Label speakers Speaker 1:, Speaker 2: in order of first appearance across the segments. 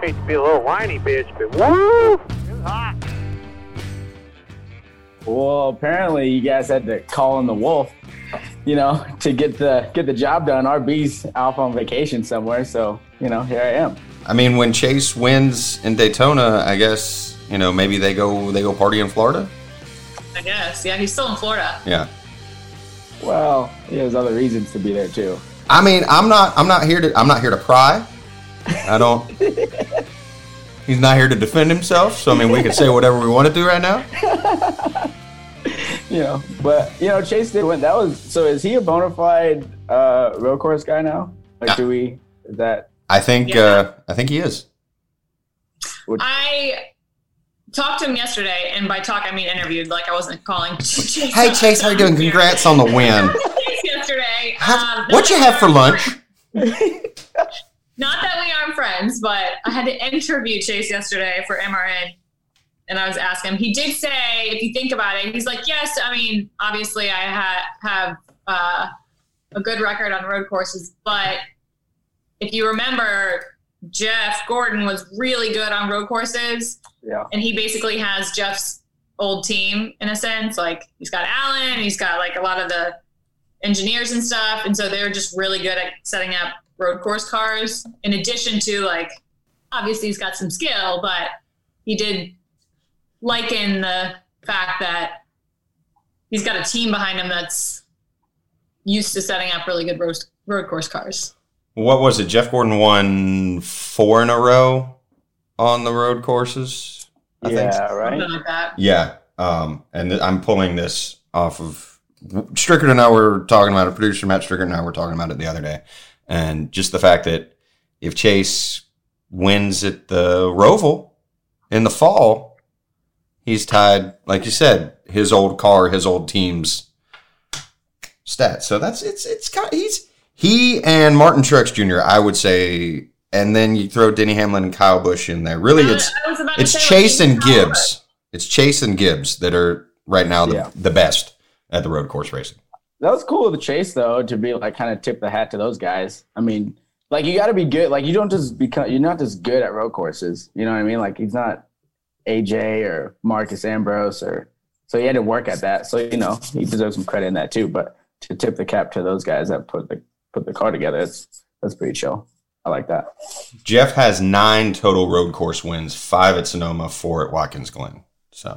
Speaker 1: hate to be a little whiny bitch, but woo, it was hot.
Speaker 2: Well, apparently you guys had to call in the wolf, you know, to get the get the job done. RB's off on vacation somewhere, so you know, here I am.
Speaker 3: I mean, when Chase wins in Daytona, I guess you know maybe they go they go party in Florida.
Speaker 4: I guess. Yeah, he's still in Florida.
Speaker 3: Yeah.
Speaker 2: Well, yeah, there's other reasons to be there too.
Speaker 3: I mean, I'm not I'm not here to I'm not here to pry. I don't. he's not here to defend himself, so I mean, we can say whatever we want to do right now.
Speaker 2: You know, but you know, Chase did win. That was so. Is he a bona fide uh, road course guy now? Like,
Speaker 3: Yeah.
Speaker 2: do we is that?
Speaker 3: I think
Speaker 4: Yeah.
Speaker 3: uh, I think he is.
Speaker 4: I talked to him yesterday, and by talk I mean interviewed. Like I wasn't calling. Chase
Speaker 3: Hey Chase, how you doing? Congrats on the win.
Speaker 4: Thanks yesterday.
Speaker 3: Have-
Speaker 4: Um,
Speaker 3: what you have for lunch?
Speaker 4: Not that we aren't friends, but I had to interview Chase yesterday for MRN, and I was asking him. He did say, if you think about it, he's like, yes. I mean, obviously, I ha- have uh, a good record on road courses, but if you remember, Jeff Gordon was really good on road courses,
Speaker 2: Yeah,
Speaker 4: and he basically has Jeff's old team in a sense. Like he's got Allen, he's got like a lot of the engineers and stuff, and so they're just really good at setting up road course cars. In addition to like, obviously he's got some skill, but he did liken the fact that he's got a team behind him that's used to setting up really good road, road course cars.
Speaker 3: What was it? Jeff Gordon won four in a row on the road courses. I think
Speaker 2: yeah, right.
Speaker 4: Something like that.
Speaker 3: Yeah, um, and th- I'm pulling this off of Strickland and I were talking about it. Producer Matt Strickland and I were talking about it the other day, and just the fact that if Chase wins at the Roval in the fall, he's tied, like you said, his old car, his old team's stats. So that's it's it's kind he's he and Martin Truex Jr. I would say, and then you throw Denny Hamlin and Kyle Busch in there. Really,
Speaker 4: I
Speaker 3: it's
Speaker 4: was- I was about to
Speaker 3: it's
Speaker 4: say, like,
Speaker 3: Chase and
Speaker 4: he's-
Speaker 3: Gibbs. It's Chase and Gibbs that are right now the,
Speaker 2: Yeah.
Speaker 3: the best at the road course racing.
Speaker 2: That was cool with Chase though to be like kind of tip the hat to those guys. I mean, like you got to be good. Like you don't just become you're not just good at road courses. You know what I mean? Like he's not AJ or Marcus Ambrose or so he had to work at that. So you know he deserves some credit in that too. But to tip the cap to those guys that put the put the car together, it's that's pretty chill. I like that.
Speaker 3: Jeff has nine total road course wins: five at Sonoma, four at Watkins Glen. So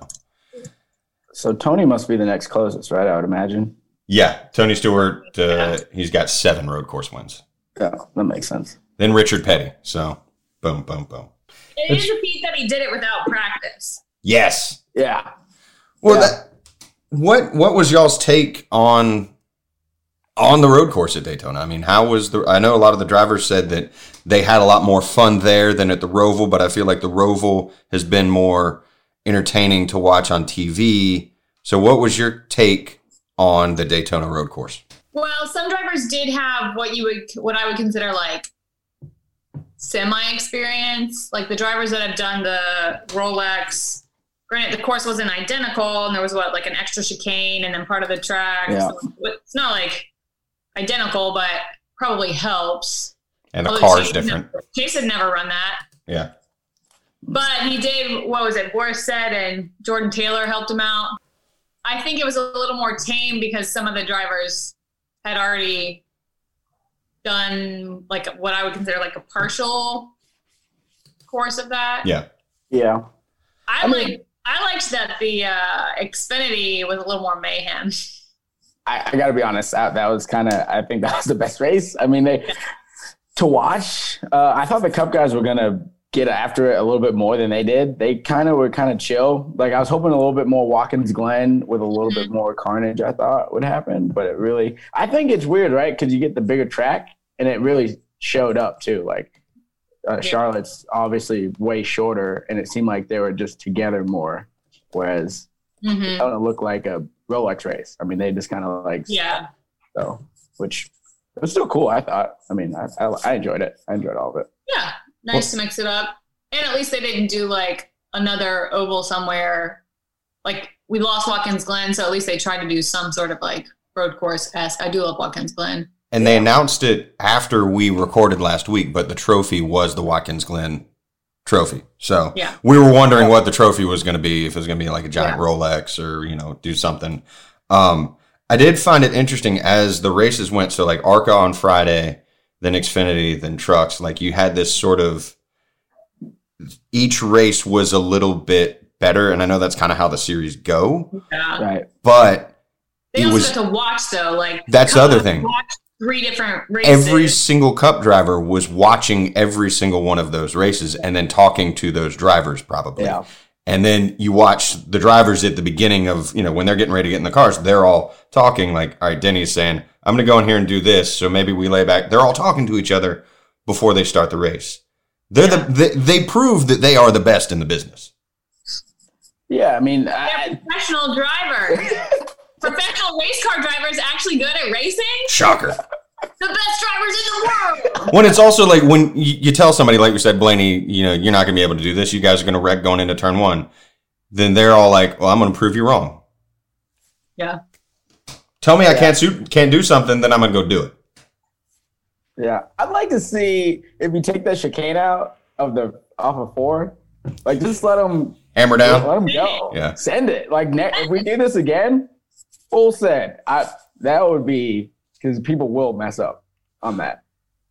Speaker 2: So Tony must be the next closest, right? I would imagine.
Speaker 3: yeah, Tony Stewart, uh, he's got seven road course wins.
Speaker 2: Yeah, that makes sense.
Speaker 3: Then Richard Petty. So boom, boom, boom.
Speaker 4: It is a feat that he did it without practice.
Speaker 3: Yes,
Speaker 2: Yeah,
Speaker 3: Well,
Speaker 2: Yeah.
Speaker 3: that, what what was y'all's take on on the road course at Daytona? I mean, how was the? I know a lot of the drivers said that they had a lot more fun there than at the Roval, but I feel like the Roval has been more entertaining to watch on TV. So, what was your take on the Daytona road course?
Speaker 4: Well, some drivers did have what you would what I would consider like semi experience, like the drivers that have done the Rolex. Granted, the course wasn't identical, and there was what like an extra chicane, and then part of the track.
Speaker 2: Yeah.
Speaker 4: So it's not like identical, but probably helps.
Speaker 3: And the
Speaker 4: Although
Speaker 3: car is
Speaker 4: Chase
Speaker 3: different.
Speaker 4: Never, Chase had never run that,
Speaker 3: Yeah,
Speaker 4: but he did. What was it? Boris said, and Jordan Taylor helped him out. I think it was a little more tame because some of the drivers had already done like what I would consider like a partial course of that.
Speaker 3: yeah.
Speaker 2: yeah.
Speaker 4: I,
Speaker 2: I mean-
Speaker 4: like. I liked that the uh, Xfinity was a little more mayhem.
Speaker 2: I, I got to be honest. That, that was kind of. I think that was the best race. I mean, they to watch. Uh, I thought the Cup guys were gonna get after it a little bit more than they did. They kind of were kind of chill. Like I was hoping a little bit more Watkins Glen with a little bit more carnage. I thought would happen, but it really. I think it's weird, right? Because you get the bigger track, and it really showed up too. Like uh, Charlotte's obviously way shorter, and it seemed like they were just together more. Whereas
Speaker 4: Mhm.
Speaker 2: that would look like a Rolex race. I mean, they just kind of like
Speaker 4: Yeah,
Speaker 2: so, which it was still cool. I thought. I mean, I, I, I enjoyed it. I enjoyed all of it.
Speaker 4: yeah, nice to mix it up. And at least they didn't do like another oval somewhere. Like we lost Watkins Glen, so at least they tried to do some sort of like road course esque. I do love Watkins Glen.
Speaker 3: And they announced it after we recorded last week, but the trophy was the Watkins Glen trophy. So
Speaker 4: Yeah.
Speaker 3: we were wondering what the trophy was going to be, if it was going to be like a giant Rolex or, you know, do something. Um, I did find it interesting as the races went. So like ARCA on Friday, then Xfinity, then trucks, like you had this sort of each race was a little bit better. And I know that's kind of how the series go,
Speaker 4: Yeah.
Speaker 2: right?
Speaker 3: but
Speaker 4: They
Speaker 3: It
Speaker 4: also
Speaker 3: was-
Speaker 4: have to watch though. Like
Speaker 3: That's the
Speaker 4: come
Speaker 3: other
Speaker 4: up,
Speaker 3: thing.
Speaker 4: Watch three different races.
Speaker 3: every single cup driver was watching every single one of those races and then talking to those drivers probably.
Speaker 2: Yeah,
Speaker 3: And then you watch the drivers at the beginning of, you know, when they're getting ready to get in the cars, they're all talking like, all right, Denny's saying, I'm going to go in here and do this. So maybe we lay back. They're all talking to each other before they start the race. They're the, they, they prove that they are the best in the business.
Speaker 2: yeah. I mean,
Speaker 4: They're
Speaker 2: I,
Speaker 4: professional driver. professional race car drivers actually good at racing.
Speaker 3: Shocker.
Speaker 4: The best drivers in the world.
Speaker 3: when it's also like when you, you tell somebody, like we said, Blaney, you know, you're not going to be able to do this. You guys are going to wreck going into turn one. Then they're all like, well, I'm going to prove you wrong.
Speaker 4: Yeah.
Speaker 3: Tell me I can't, su- can't do something, then I'm going to go do it.
Speaker 2: yeah, I'd like to see if you take that chicane out of the off of four, like just let them
Speaker 3: Hammer down.
Speaker 2: let them go.
Speaker 3: Yeah.
Speaker 2: send it. Like ne- if we do this again, full send. I that would be because people will mess up on that.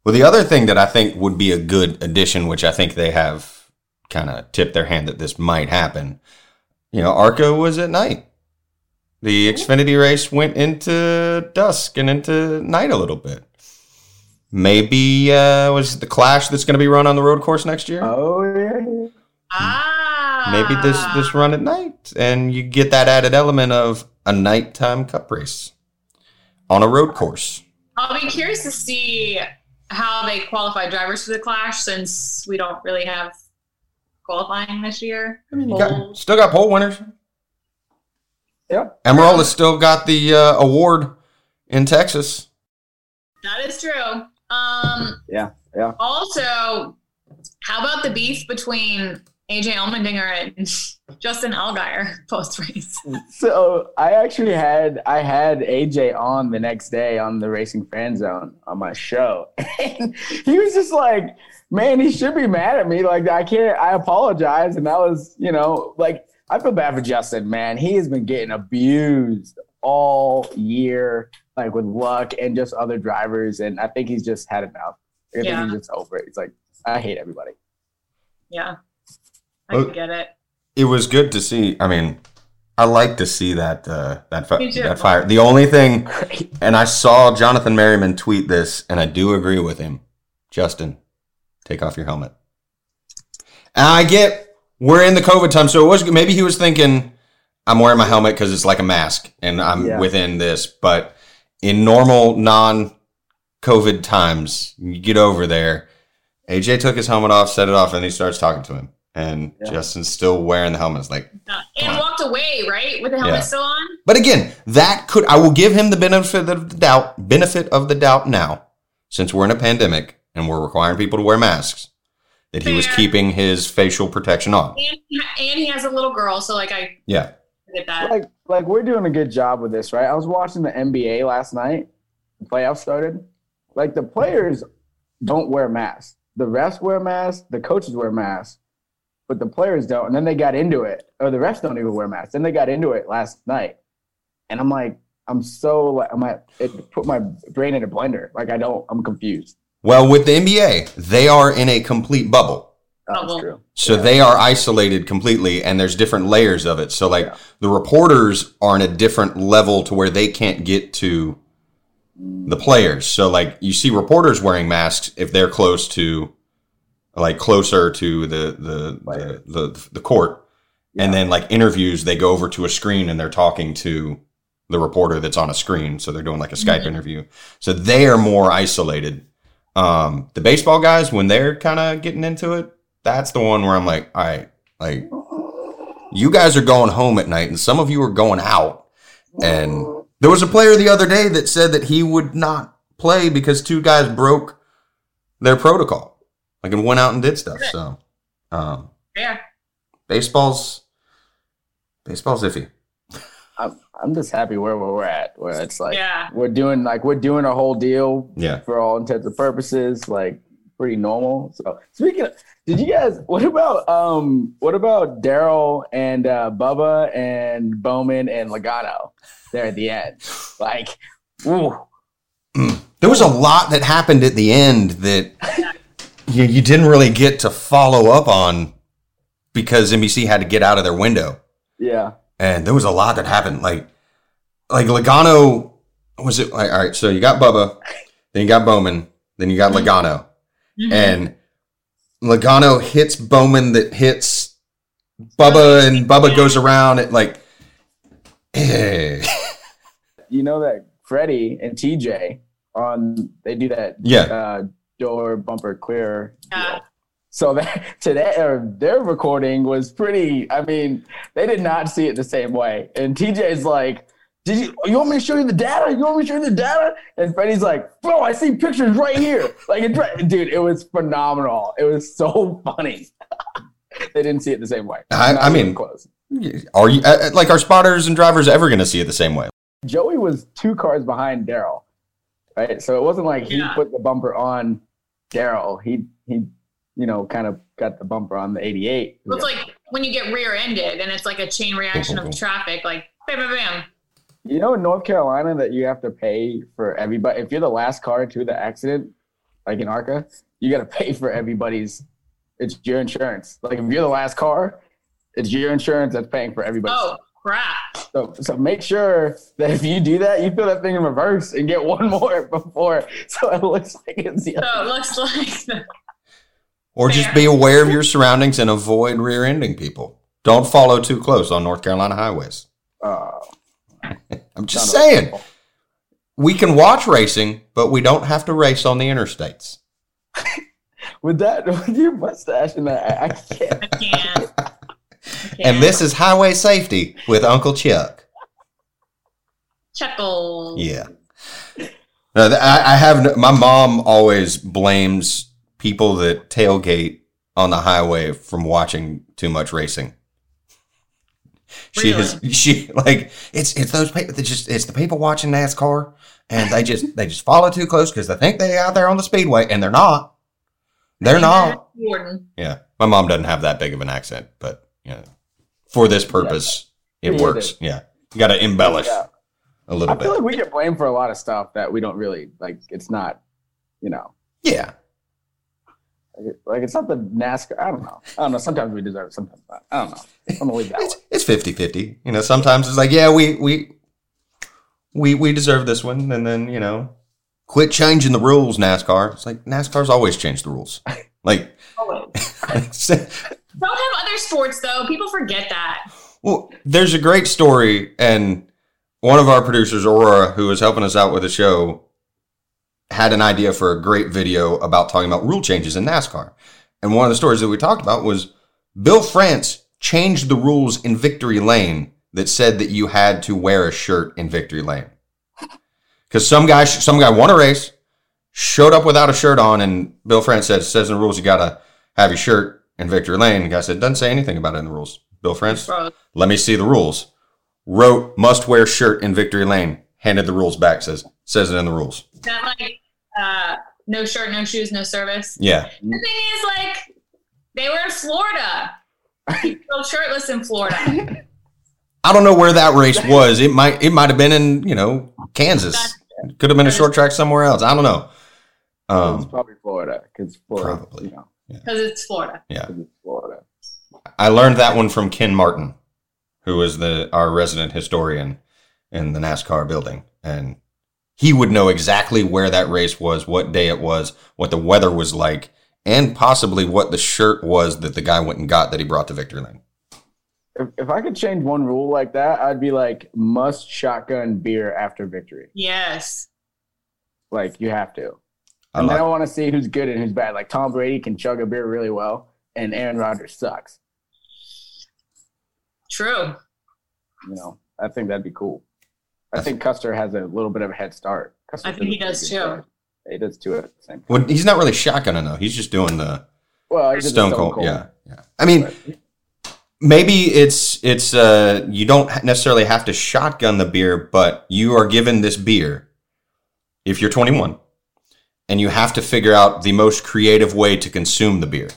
Speaker 3: Well, the other thing that I think would be a good addition, which I think they have kind of tipped their hand that this might happen, you know, ARCA was at night. The Xfinity race went into dusk and into night a little bit. Maybe uh, was it the Clash that's going to be run on the road course next year?
Speaker 2: Oh yeah.
Speaker 4: Ah.
Speaker 3: Maybe this this run at night, and you get that added element of a nighttime cup race on a road course.
Speaker 4: I'll be curious to see how they qualify drivers for the Clash since we don't really have qualifying this year.
Speaker 3: I mean, you got, still got pole winners.
Speaker 2: Yeah.
Speaker 3: Emeralda's still got the uh, award in Texas.
Speaker 4: That is true. Um,
Speaker 2: Yeah, yeah.
Speaker 4: Also, how about the beef between AJ Allmendinger and Justin Allgaier post race?
Speaker 2: So I actually had I had AJ on the next day on the Racing Fan Zone on my show, and he was just like, "Man, he should be mad at me. Like I can't. I apologize." And that was, you know, like I feel bad for Justin. Man, he has been getting abused all year, like with Luck and just other drivers, and I think he's just had enough. I think
Speaker 4: Yeah.
Speaker 2: he's just over it. It's like I hate everybody.
Speaker 4: Yeah, I
Speaker 3: Oh.
Speaker 4: can get it.
Speaker 3: It was good to see. I mean, I like to see that uh, that fi-
Speaker 4: Me too.
Speaker 3: that fire. The only thing, and I saw Jonathan Merriman tweet this, and I do agree with him. Justin, take off your helmet. And I get we're in the COVID time, so it was maybe he was thinking I'm wearing my helmet because it's like a mask and I'm
Speaker 2: Yeah.
Speaker 3: within this. But in normal non COVID times, you get over there. AJ took his helmet off, set it off, and he starts talking to him. And
Speaker 2: Yeah.
Speaker 3: Justin's still wearing the helmet. It's like,
Speaker 4: Uh,
Speaker 3: Come
Speaker 4: and
Speaker 3: on.
Speaker 4: walked away, right? With the helmet
Speaker 3: Yeah.
Speaker 4: still on?
Speaker 3: but again, that could I will give him the benefit of the doubt, benefit of the doubt now, since we're in a pandemic and we're requiring people to wear masks, that he was
Speaker 4: Fair.
Speaker 3: keeping his facial protection on.
Speaker 4: And, he ha- and he has a little girl, so like I
Speaker 3: Yeah.
Speaker 4: get that.
Speaker 2: like like we're doing a good job with this, right? I was watching the NBA last night. The playoffs started. Like the players don't wear masks. The refs wear masks. The coaches wear masks, but the players don't. And then they got into it, or the refs don't even wear masks. Then they got into it last night, and I'm like, I'm so like, I'm like, it put my brain in a blender. Like I don't, I'm confused.
Speaker 3: Well, with the NBA, they are in a complete bubble.
Speaker 2: Oh,
Speaker 4: Bubble.
Speaker 2: that's true.
Speaker 3: So
Speaker 2: Yeah.
Speaker 3: they are isolated completely, and there's different layers of it. So like
Speaker 2: Yeah.
Speaker 3: the reporters are in a different level to where they can't get to
Speaker 2: Mm,
Speaker 3: the players. So like you see reporters wearing masks if they're close to, like closer to the the
Speaker 2: Player.
Speaker 3: the, the, the court, and then like interviews they go over to a screen and they're talking to the reporter that's on a screen. So they're doing like a Skype
Speaker 4: Mhm.
Speaker 3: interview. So they are more isolated. Um, the baseball guys when they're kind of getting into it, that's the one where I'm like, all right, like you guys are going home at night, and some of you are going out. And there was a player the other day that said that he would not play because two guys broke their protocol, like and went out and did stuff. So, um,
Speaker 4: Yeah.
Speaker 3: baseball's baseball's iffy.
Speaker 2: I'm, I'm just happy where we're at. Where it's like
Speaker 4: yeah.
Speaker 2: we're doing like we're doing a whole deal
Speaker 3: Yeah,
Speaker 2: for all intents and purposes. Like pretty normal. So speaking of, did you guys what about um what about Daryl and uh Bubba and Bowman and Logano there at the end? Like ooh,
Speaker 3: There was a lot that happened at the end that you, you didn't really get to follow up on because NBC had to get out of their window.
Speaker 2: yeah.
Speaker 3: And there was a lot that happened. Like, like Logano was it? Like, all right, so you got Bubba, then you got Bowman, then you got Logano,
Speaker 4: Mhm.
Speaker 3: and Logano hits Bowman that hits Bubba, and Bubba goes around it like, eh.
Speaker 2: You know that Freddie and TJ on they do that
Speaker 3: yeah,
Speaker 2: uh door bumper clear.
Speaker 4: Yeah.
Speaker 2: deal. So that today or their recording was pretty I mean, they did not see it the same way. And TJ's like, Did you you want me to show you the data? You want me to show you the data? And Freddie's like, Bro, I see pictures right here. Like it's right. dude, it was phenomenal. It was so funny. they didn't see it the same way.
Speaker 3: I-
Speaker 2: Not
Speaker 3: I
Speaker 2: even
Speaker 3: mean-
Speaker 2: close.
Speaker 3: are you uh, like are spotters and drivers ever going to see it the same way?
Speaker 2: Joey was two cars behind Daryl, right? So it wasn't like he
Speaker 4: Yeah.
Speaker 2: put the bumper on Daryl. He he, you know, kind of got the bumper on the '88.
Speaker 4: Well, It's like when you get rear-ended, and it's like a chain reaction
Speaker 3: Mm-hmm.
Speaker 4: of traffic, like bam, bam, bam.
Speaker 2: You know, in North Carolina, that you have to pay for everybody. If you're the last car to the accident, like in ARCA, you got to pay for everybody's. It's your insurance. Like if you're the last car, it's your insurance that's paying for everybody's.
Speaker 4: Oh crap!
Speaker 2: So, so make sure that if you do that, you put that thing in reverse and get one more before, so it looks like it's the
Speaker 4: So
Speaker 2: other.
Speaker 4: it looks like
Speaker 3: Or just
Speaker 4: Fair.
Speaker 3: be aware of your surroundings and avoid rear ending people. Don't follow too close on North Carolina highways.
Speaker 2: Oh.
Speaker 3: I'm just saying, we can watch racing, but we don't have to race on the interstates.
Speaker 2: With that, with your mustache and that, I, I can't.
Speaker 4: I can't. I can't.
Speaker 3: And this is Highway Safety with Uncle Chuck.
Speaker 4: chuckle.
Speaker 3: Yeah. No, th- I, I have no, my mom always blames people that tailgate on the highway from watching too much racing. She has she like it's it's those people that just it's the people watching NASCAR and they just they just follow too close because they think they're out there on the speedway and they're not. They're not.
Speaker 4: Jordan.
Speaker 3: Yeah, my mom doesn't have that big of an accent, but you know, for this purpose,
Speaker 2: Yeah,
Speaker 3: it
Speaker 2: it
Speaker 3: works.
Speaker 2: is.
Speaker 3: Yeah, you got to embellish
Speaker 2: Yeah.
Speaker 3: a little
Speaker 2: I
Speaker 3: bit.
Speaker 2: feel like we get blamed for a lot of stuff that we don't really like. It's not, you know,
Speaker 3: yeah,
Speaker 2: like, it- like it's not the NASCAR. I don't know. I don't know. Sometimes we deserve, it, sometimes not. I don't know. I'm gonna leave that. one.
Speaker 3: it's it's 50-50. You know, sometimes it's like, yeah, we we we we deserve this one, and then you know, quit changing the rules, NASCAR. It's like NASCAR's always changed the rules. Like,
Speaker 4: Always. Don't have other sports though. People forget that.
Speaker 3: Well, there's a great story, and one of our producers, Aurora, who was helping us out with the show, had an idea for a great video about talking about rule changes in NASCAR. And one of the stories that we talked about was Bill France changed the rules in Victory Lane that said that you had to wear a shirt in Victory Lane. Because some guy, some guy won a race, showed up without a shirt on, and Bill France says, says in the rules you gotta have your shirt in Victory Lane. The guy said, doesn't say anything about it in the rules. Bill France
Speaker 4: Bro,
Speaker 3: let me see the rules. Wrote must wear shirt in victory lane. Handed the rules back. Says says it in the rules.
Speaker 4: is that like uh, no shirt, no shoes, no service?
Speaker 3: Yeah,
Speaker 4: The thing is, like, they were in Florida. People go shirtless in Florida.
Speaker 3: I don't know where that race was. It might it might have been in you know Kansas. Could have been a short track somewhere else. I don't know.
Speaker 2: it's
Speaker 3: Um,
Speaker 2: probably Florida because Florida,
Speaker 3: Probably.
Speaker 2: you know,
Speaker 4: Because it's Florida.
Speaker 2: 'cause it's Florida.
Speaker 3: I learned that one from Ken Martin, who is the our resident historian in the NASCAR building, and he would know exactly where that race was, what day it was, what the weather was like, and possibly what the shirt was that the guy went and got that he brought to victory lane.
Speaker 2: If, if I could change one rule like that, I'd be like must shotgun beer after victory.
Speaker 4: Yes.
Speaker 2: Like you have to.
Speaker 3: I
Speaker 2: and
Speaker 3: like-
Speaker 2: then I want to see who's good and who's bad. Like Tom Brady can chug a beer really well, and Aaron Rodgers sucks.
Speaker 4: True.
Speaker 2: You know, I think that'd be cool. I think Custer has a little bit of a head start. Custer
Speaker 4: I think he does too.
Speaker 2: He does too at the same.
Speaker 3: Well, he's not really shotgunning though. He's just doing the
Speaker 2: Well, he did the
Speaker 3: Stone, Cold. Yeah, yeah. I mean,
Speaker 2: But
Speaker 3: maybe it's it's uh you don't ha- necessarily have to shotgun the beer, but you are given this beer if you're 21, and you have to figure out the most creative way to consume the beer.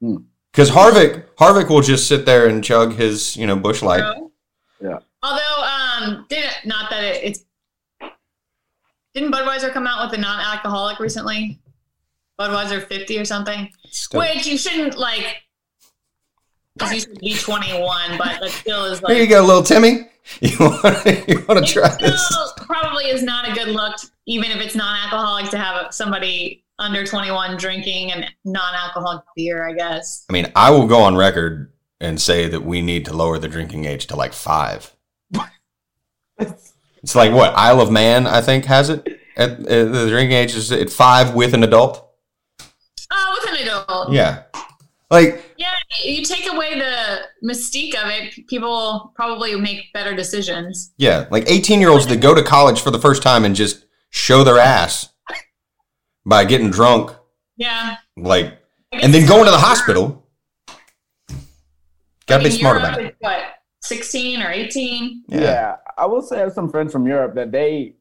Speaker 2: Hmm.
Speaker 3: Because Harvick, Harvick will just sit there and chug his, you know, bush light.
Speaker 2: Yeah.
Speaker 4: Although, um, didn't not that it, it's didn't Budweiser come out with a non-alcoholic recently? Budweiser 50 or something,
Speaker 3: Still-
Speaker 4: which you shouldn't like. 'cause you should be 21, but that still is
Speaker 3: Here you
Speaker 4: like.
Speaker 3: go, little Timmy. You want to you want
Speaker 4: It
Speaker 3: to try this?
Speaker 4: still probably is not a good look, even if it's non-alcoholic, to have somebody under 21 drinking a non-alcoholic beer. I guess.
Speaker 3: I mean, I will go on record and say that we need to lower the drinking age to like five. it's like what Isle of Man, I think, has it. At, uh, the drinking age is at five with an adult.
Speaker 4: Oh, with an adult.
Speaker 3: Yeah, like
Speaker 4: Yeah, you take away the mystique of it, people probably make better decisions.
Speaker 3: yeah, like eighteen year olds that go to college for the first time and just show their ass by getting drunk,
Speaker 4: Yeah.
Speaker 3: like, and then going to the hospital. Gotta be smart about it.
Speaker 4: What, 16 or 18?
Speaker 2: Yeah. I will say I have some friends from Europe that they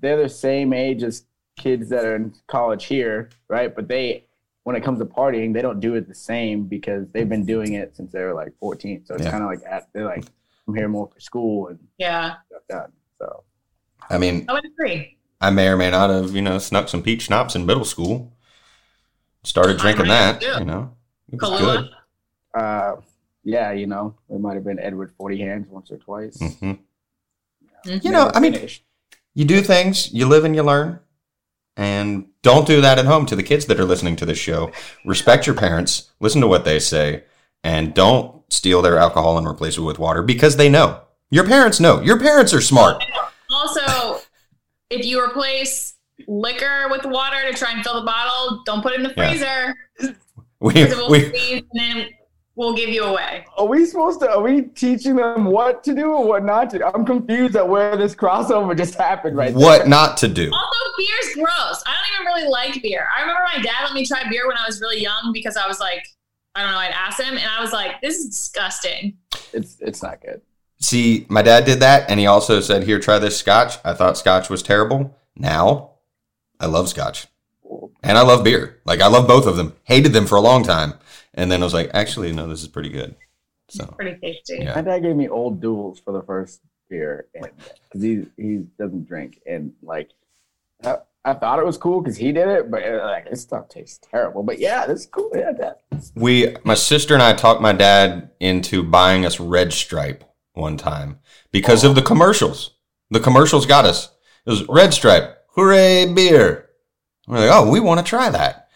Speaker 2: they're the same age as kids that are in college here, right? But they when it comes to partying, they don't do it the same because they've been doing it since they were like 14. So it's
Speaker 3: Yeah.
Speaker 2: kind of like at, they're like I'm here more for school and
Speaker 4: Yeah, Oh,
Speaker 2: stuff done. So
Speaker 3: I mean,
Speaker 4: I would agree.
Speaker 3: I may or may not have, you know, snuck some peach schnapps in middle school. Started drinking
Speaker 4: might have,
Speaker 3: that,
Speaker 4: too.
Speaker 3: you know. It was
Speaker 4: Kahlua?
Speaker 3: good.
Speaker 2: uh, yeah, you know, it might have been Edward Forty Hands once or twice.
Speaker 3: Mhm.
Speaker 4: Mhm.
Speaker 3: Mm-hmm.
Speaker 2: Mm-hmm.
Speaker 3: You know, I mean,
Speaker 2: Finished.
Speaker 3: you do things, you live and you learn. And don't do that at home to the kids that are listening to this show. Respect your parents, listen to what they say, and don't steal their alcohol and replace it with water because they know. Your parents know. Your parents are smart.
Speaker 4: Also, if you replace liquor with water to try and fill the bottle, don't put it in the
Speaker 3: Yeah.
Speaker 4: freezer.
Speaker 3: We,
Speaker 4: because it will
Speaker 3: we,
Speaker 4: freeze and then we'll give you away.
Speaker 2: Are we supposed to? Are we teaching them what to do or what not to? do? I'm confused at where this crossover just happened right there.
Speaker 3: what not to do.
Speaker 4: Also, beer's gross. I don't even really like beer. I remember my dad let me try beer when I was really young because I was like, I don't know, I'd ask him and I was like, this is disgusting.
Speaker 2: It's it's not good.
Speaker 3: See, my dad did that, and he also said, "Here, try this scotch." I thought scotch was terrible. Now, I love scotch, and I love beer. Like I love both of them. Hated them for a long time, and then I was like, "Actually, no, this is pretty good." So,
Speaker 4: Pretty tasty.
Speaker 3: Yeah.
Speaker 2: My dad gave me old duels for the first beer, and because he he doesn't drink, and like I, I thought it was cool because he did it, but uh, like this stuff tastes terrible. But yeah, this is cool. Yeah, that
Speaker 3: we, my sister and I, talked my dad into buying us Red Stripe one time because of the commercials. The commercials got us. It was Red Stripe, hooray beer. We're like, oh, we want to try that.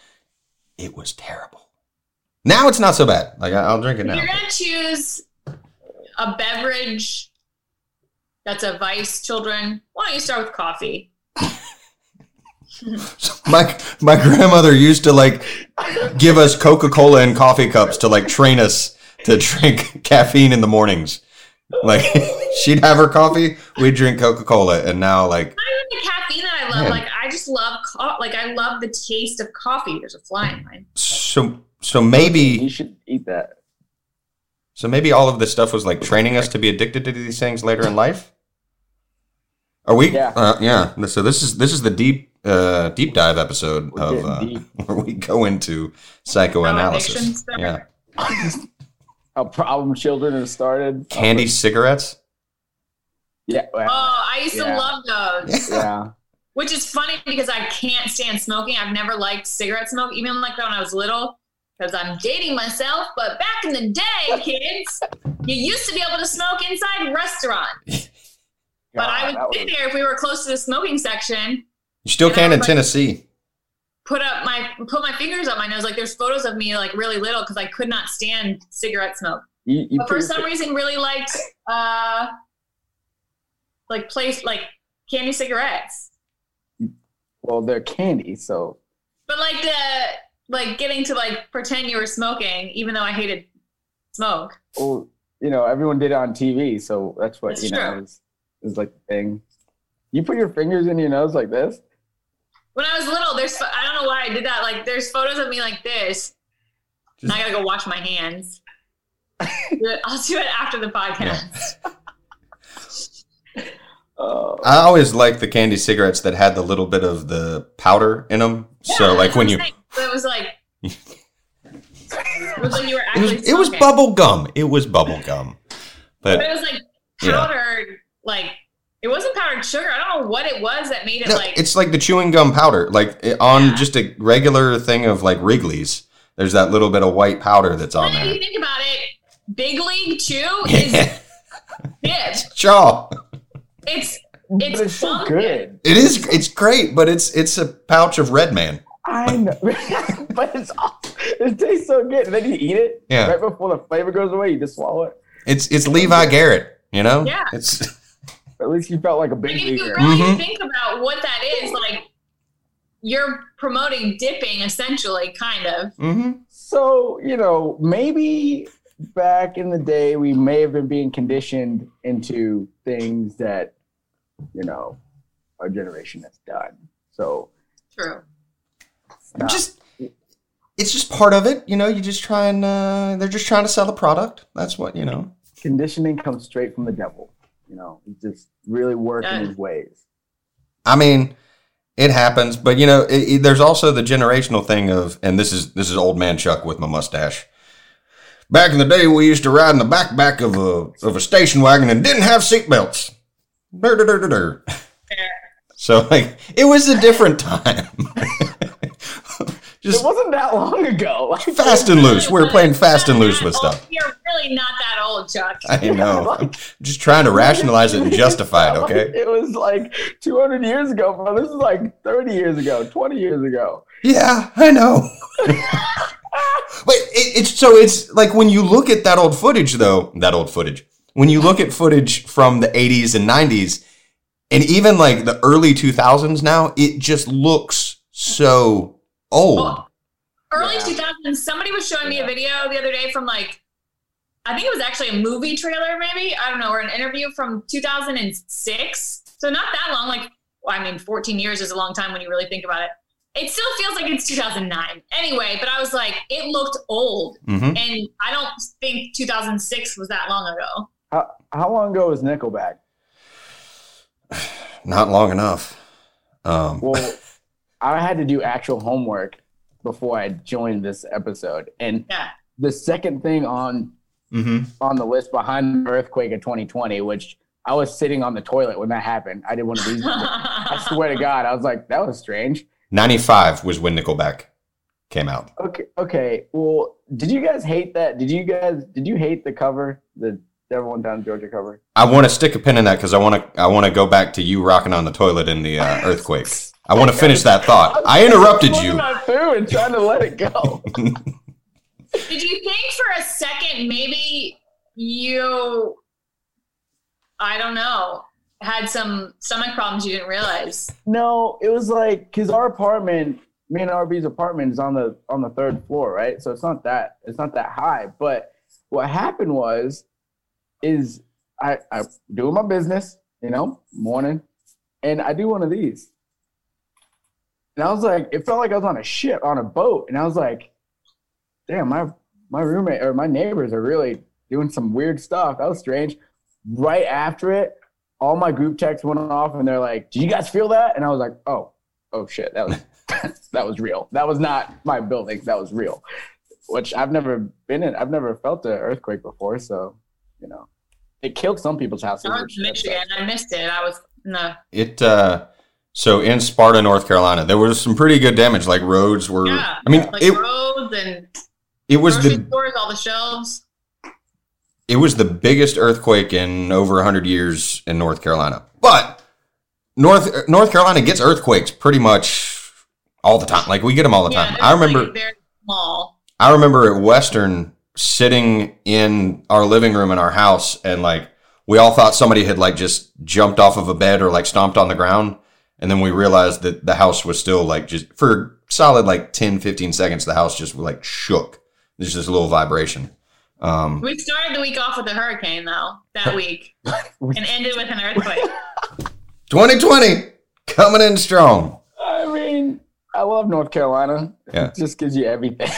Speaker 3: It was terrible. Now it's not so bad. Like I- I'll drink it now.
Speaker 4: If you're gonna choose a beverage that's a vice, children, why don't you start with coffee?
Speaker 3: My my grandmother used to like give us Coca Cola and coffee cups to like train us to drink caffeine in the mornings. Like she'd have her coffee, we'd drink Coca Cola, and now like
Speaker 4: Not even the caffeine that I love.
Speaker 3: Man.
Speaker 4: Like I just love, co- like I love the taste of coffee. There's a fly in mine.
Speaker 3: so so
Speaker 2: he
Speaker 3: maybe
Speaker 2: should eat that.
Speaker 3: so maybe all of this stuff was like training us to be addicted to these things later in life. Are we?
Speaker 2: Yeah.
Speaker 3: Uh, yeah. So this is this is the deep uh, deep dive episode
Speaker 2: We're
Speaker 3: of
Speaker 2: getting
Speaker 3: uh,
Speaker 2: deep.
Speaker 3: where we go into psychoanalysis.
Speaker 4: addictions, stuff.
Speaker 3: Yeah.
Speaker 2: How problem children have started.
Speaker 3: Candy cigarettes.
Speaker 2: Yeah. Well,
Speaker 4: Oh, I used
Speaker 2: Yeah.
Speaker 4: to love those.
Speaker 2: yeah.
Speaker 4: Which is funny because I can't stand smoking. I've never liked cigarette smoke, even like when I was little, because I'm dating myself. But back in the day, kids, you used to be able to smoke inside restaurants. But I
Speaker 2: God, that
Speaker 4: would sit
Speaker 2: was-
Speaker 4: there if we were close to the smoking section,
Speaker 3: You still
Speaker 4: You
Speaker 3: can
Speaker 4: know,
Speaker 3: in
Speaker 4: like-
Speaker 3: Tennessee.
Speaker 4: put up my put my fingers up my nose. Like there's photos of me like really little because I could not stand cigarette smoke.
Speaker 2: You, you
Speaker 4: But for
Speaker 2: pretty-
Speaker 4: some reason, really liked uh like place like candy cigarettes.
Speaker 2: well, they're candy, so
Speaker 4: But like the like getting to like pretend you were smoking, even though I hated smoke.
Speaker 2: well, you know, everyone did it on TV, so that's what
Speaker 4: That's
Speaker 2: you know
Speaker 4: true.
Speaker 2: is, is like the thing. You put your fingers in your nose like this.
Speaker 4: When I was little, there's I don't know why I did that. Like there's photos of me like this. and I gotta go wash my hands. I'll do it after the podcast.
Speaker 2: Oh,
Speaker 3: I always liked the candy cigarettes that had the little bit of the powder in them. so
Speaker 4: Yeah,
Speaker 3: like when you,
Speaker 4: that's what I'm saying. So it was like it was like you were
Speaker 3: it was
Speaker 4: actually
Speaker 3: it was
Speaker 4: smoking.
Speaker 3: bubble gum. It was bubble gum.
Speaker 4: But
Speaker 3: But
Speaker 4: it was like
Speaker 3: Yeah.
Speaker 4: powdered like it wasn't powdered sugar. I don't know what it was that made it
Speaker 3: no,
Speaker 4: like
Speaker 3: it's like the chewing gum powder, like it, on
Speaker 4: Yeah.
Speaker 3: just a regular thing of like Wrigley's. There's that little bit of white powder that's on
Speaker 4: Now you
Speaker 3: there.
Speaker 4: think about it, Big League Chew is
Speaker 3: Yeah,
Speaker 4: it.
Speaker 3: Chaw.
Speaker 4: It's
Speaker 2: but it's so
Speaker 4: pumpkin.
Speaker 2: good.
Speaker 3: It is. It's great, but it's it's a pouch of Red Man.
Speaker 2: I know, but it's aw- it tastes so good. And then you eat it
Speaker 3: Yeah.
Speaker 2: right before the flavor goes away. You just swallow it.
Speaker 3: It's it's Levi Garrett. You know.
Speaker 4: Yeah.
Speaker 3: It's
Speaker 2: At least you felt like a big
Speaker 4: Like, if you
Speaker 2: leaguer.
Speaker 4: really
Speaker 3: Mhm.
Speaker 4: think about what that is, like you're promoting dipping essentially, kind of.
Speaker 3: hmm
Speaker 2: So, you know, maybe back in the day, we may have been being conditioned into things that, you know, our generation has done. So,
Speaker 4: True.
Speaker 2: uh,
Speaker 3: just it's just part of it. You know. You just try and uh, they're just trying to sell a product. That's what you know.
Speaker 2: conditioning comes straight from the devil. You know, it just really works
Speaker 4: Yeah.
Speaker 2: in his ways.
Speaker 3: I mean, it happens, but you know, it, it- there's also the generational thing of, and this is this is old man Chuck with my mustache. Back in the day, we used to ride in the backpack of a of a station wagon and didn't have seatbelts. Dur, dur, dur, dur, dur. So like, it was a different time.
Speaker 2: It
Speaker 3: Just
Speaker 2: wasn't that long ago. Like,
Speaker 3: fast and loose. We were playing fast and loose with stuff.
Speaker 4: You're really not that old, Chuck.
Speaker 3: I know. I'm just trying to rationalize it and justify it. Okay.
Speaker 2: It was like 200 years ago, bro. This is like 30 years ago, 20 years ago.
Speaker 3: Yeah, I know. but it, it's so it's like when you look at that old footage, though that old footage. When you look at footage from the '80s and '90s, and even like the early 2000s now, it just looks so old.
Speaker 4: Early
Speaker 2: Yeah.
Speaker 4: 2000s, somebody was showing me a
Speaker 2: Yeah.
Speaker 4: video the other day from like, I think it was actually a movie trailer, maybe. I don't know, or an interview from 2006. So not that long. Like, well, I mean, 14 years is a long time when you really think about it. It still feels like it's 2009. Anyway, but I was like, it looked old.
Speaker 3: hmm
Speaker 4: And I don't think 2006 was that long ago.
Speaker 2: How long ago was Nickelback?
Speaker 3: Not long enough. Um,
Speaker 2: Well, I had to do actual homework before I joined this episode, and
Speaker 4: Yeah.
Speaker 2: the second thing on
Speaker 3: mhm.
Speaker 2: on the list behind the earthquake of 2020, which I was sitting on the toilet when that happened. I did one of these. I swear to God, I was like, that was strange.
Speaker 3: 95 was when Nickelback came out.
Speaker 2: Okay, okay. Well, did you guys hate that? Did you guys did you hate the cover, the everyone down Georgia cover?
Speaker 3: I want to stick a pin in that because I want to. I want to go back to you rocking on the toilet in the uh, earthquake. I want to finish that thought. I interrupted
Speaker 2: Pulling
Speaker 3: you.
Speaker 2: my food and trying to let it go.
Speaker 4: Did you think for a second maybe you, I don't know, had some stomach problems you didn't realize?
Speaker 2: No, it was like because our apartment, me and RB's apartment, is on the on the third floor, right? So it's not that it's not that high. But what happened was, is I I doing my business, you know, morning, and I do one of these, and I was like, it felt like I was on a ship on a boat, and I was like, damn, my my roommate or my neighbors are really doing some weird stuff. That was strange. Right after it, all my group texts went off and they're like, "Do you guys feel that?" And I was like, "Oh, oh shit, that was that was real. That was not my building. That was real." Which I've never been in. I've never felt an earthquake before, so you know, it killed some people's houses.
Speaker 4: I was
Speaker 2: which-
Speaker 4: in
Speaker 2: that's-
Speaker 4: Michigan. I missed it. I was in the.
Speaker 3: It uh, so in Sparta, North Carolina, there was some pretty good damage. Like roads were.
Speaker 4: Yeah.
Speaker 3: I mean,
Speaker 4: Like
Speaker 3: it
Speaker 4: roads and
Speaker 3: it was
Speaker 4: grocery
Speaker 3: the
Speaker 4: stores, all the shelves.
Speaker 3: it was the biggest earthquake in over hundred years in North Carolina. But North North Carolina gets earthquakes pretty much all the time. Like we get them all the time.
Speaker 4: they're
Speaker 3: I
Speaker 4: just, like,
Speaker 3: remember.
Speaker 4: very small.
Speaker 3: I remember at Western sitting in our living room in our house and like we all thought somebody had like just jumped off of a bed or like stomped on the ground and then we realized that the house was still like just for solid like 10 15 seconds the house just like shook there's just a little vibration um
Speaker 4: We started the week off with a hurricane, though, that week, and ended with an earthquake.
Speaker 3: 2020 coming in strong
Speaker 2: I mean, I love North Carolina.
Speaker 3: Yeah. Uh.
Speaker 2: It just gives you everything.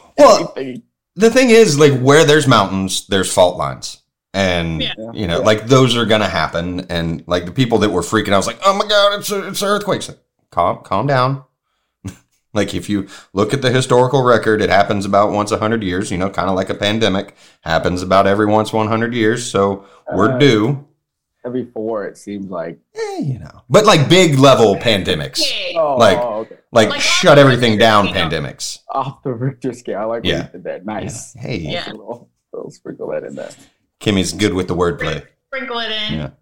Speaker 3: Well-
Speaker 2: Everything.
Speaker 3: the thing is like where there's mountains there's fault lines and
Speaker 4: Yeah.
Speaker 3: you know,
Speaker 2: Yeah.
Speaker 3: like those are gonna happen. And like the people that were freaking, I was like, oh my god, it's a, it's an earthquake. It's like, calm, calm down. like if you look at the historical record, it happens about once a hundred years. You know, kind of like a pandemic happens about every once one hundred years. So we're
Speaker 2: Uh,
Speaker 3: due.
Speaker 2: Every four, it seems like.
Speaker 3: Eh, you know, but like big level pandemics,
Speaker 4: Hey,
Speaker 2: Oh,
Speaker 3: Like-
Speaker 2: oh, okay.
Speaker 3: like,
Speaker 4: Like,
Speaker 3: shut everything down
Speaker 4: you know.
Speaker 3: pandemics.
Speaker 2: off the Richter scale. I like what
Speaker 3: Yeah.
Speaker 2: you did there. Nice.
Speaker 3: Yeah. Hey,
Speaker 4: Yeah.
Speaker 2: A little, little sprinkle that in there.
Speaker 3: Kimmy's good with the wordplay.
Speaker 4: sprinkle it in.
Speaker 3: Yeah.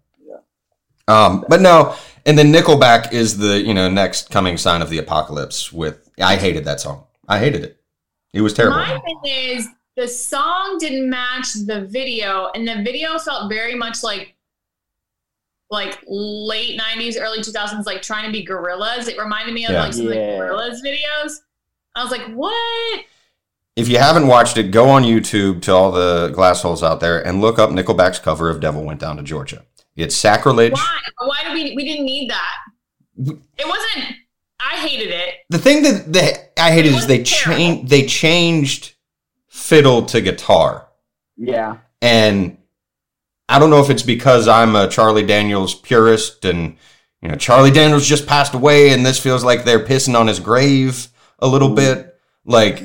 Speaker 3: Um, but no, and then Nickelback is the you know next coming sign of the apocalypse. With I hated that song. I hated it. It was terrible.
Speaker 4: My thing is the song didn't match the video, and the video felt very much like like late '90s, early 2000s, like trying to be gorillas. It reminded me of
Speaker 3: Yeah.
Speaker 4: like some of
Speaker 2: Yeah.
Speaker 4: the gorillas videos. I was like, what?
Speaker 3: If you haven't watched it, go on YouTube to all the glass holes out there and look up Nickelback's cover of "Devil Went Down to Georgia." It's sacrilege.
Speaker 4: Why? Why did we? We didn't need that. It wasn't. I hated it.
Speaker 3: The thing that that I hated is they changed they changed fiddle to guitar.
Speaker 2: Yeah.
Speaker 3: and I don't know if it's because I'm a Charlie Daniels purist and you know Charlie Daniels just passed away and this feels like they're pissing on his grave a little bit like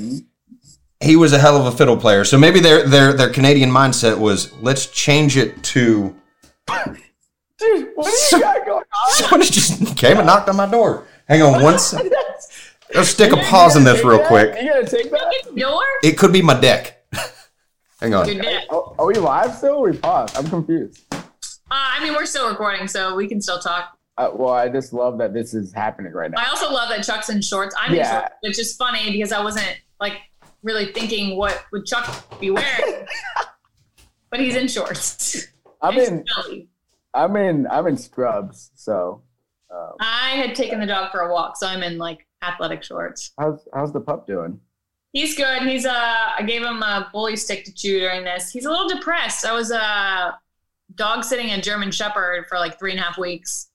Speaker 3: he was a hell of a fiddle player so maybe their their their Canadian mindset was let's change it to
Speaker 2: Dude, what do
Speaker 3: So-
Speaker 2: you got going on?
Speaker 3: someone just came and knocked on my door hang on one second let's stick a pause in this
Speaker 2: Take
Speaker 3: real
Speaker 2: that?
Speaker 3: quick
Speaker 2: You gonna take that?
Speaker 4: Your
Speaker 3: it could be my deck hang on
Speaker 4: your dick. Uh,
Speaker 2: Are, are we live still? Or we paused. I'm confused.
Speaker 4: I mean, we're still recording, so we can still talk.
Speaker 2: Uh, well, I just love that this is happening right now.
Speaker 4: I also love that Chuck's in shorts. I'm in
Speaker 2: Yeah.
Speaker 4: shorts, which is funny because I wasn't like really thinking what would Chuck be wearing, but he's in shorts.
Speaker 2: I'm
Speaker 4: It's
Speaker 2: in.
Speaker 4: smelly.
Speaker 2: I'm in. I'm in scrubs. So, um,
Speaker 4: I had taken the dog for a walk, so I'm in like athletic shorts.
Speaker 2: how's how's the pup doing?
Speaker 4: He's good. He's uh, I gave him a bully stick to chew during this. He's a little depressed. I was uh, dog sitting a German Shepherd for like three and a half weeks.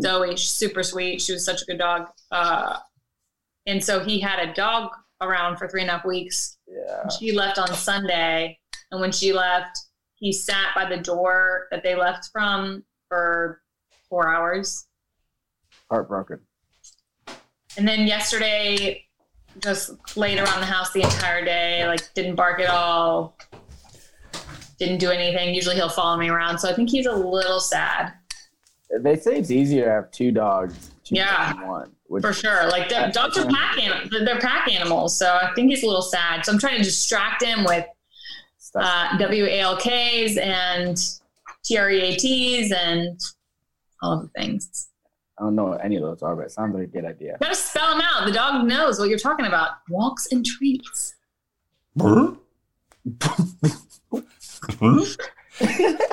Speaker 4: Zoe, she's super sweet. She was such a good dog. Uh, and so he had a dog around for three and a half weeks.
Speaker 2: Yeah.
Speaker 4: She left on Sunday, and when she left, he sat by the door that they left from for four hours.
Speaker 2: Heartbroken.
Speaker 4: And then yesterday, just laid around the house the entire day, like didn't bark at all, didn't do anything. Usually he'll follow me around, so I think he's a little sad
Speaker 2: They say it's easier to have two dogs. Two
Speaker 4: Yeah.
Speaker 2: than one. Which,
Speaker 4: for sure. Like the dogs are pack animals, they're pack animals, so I think he's a little sad. So I'm trying to distract him with
Speaker 2: stuff.
Speaker 4: uh, WALKs and TREATs and all the things.
Speaker 2: I don't know what any of those are, but it sounds like a good idea.
Speaker 4: You gotta spell them out. The dog knows what you're talking about. Walks and treats. I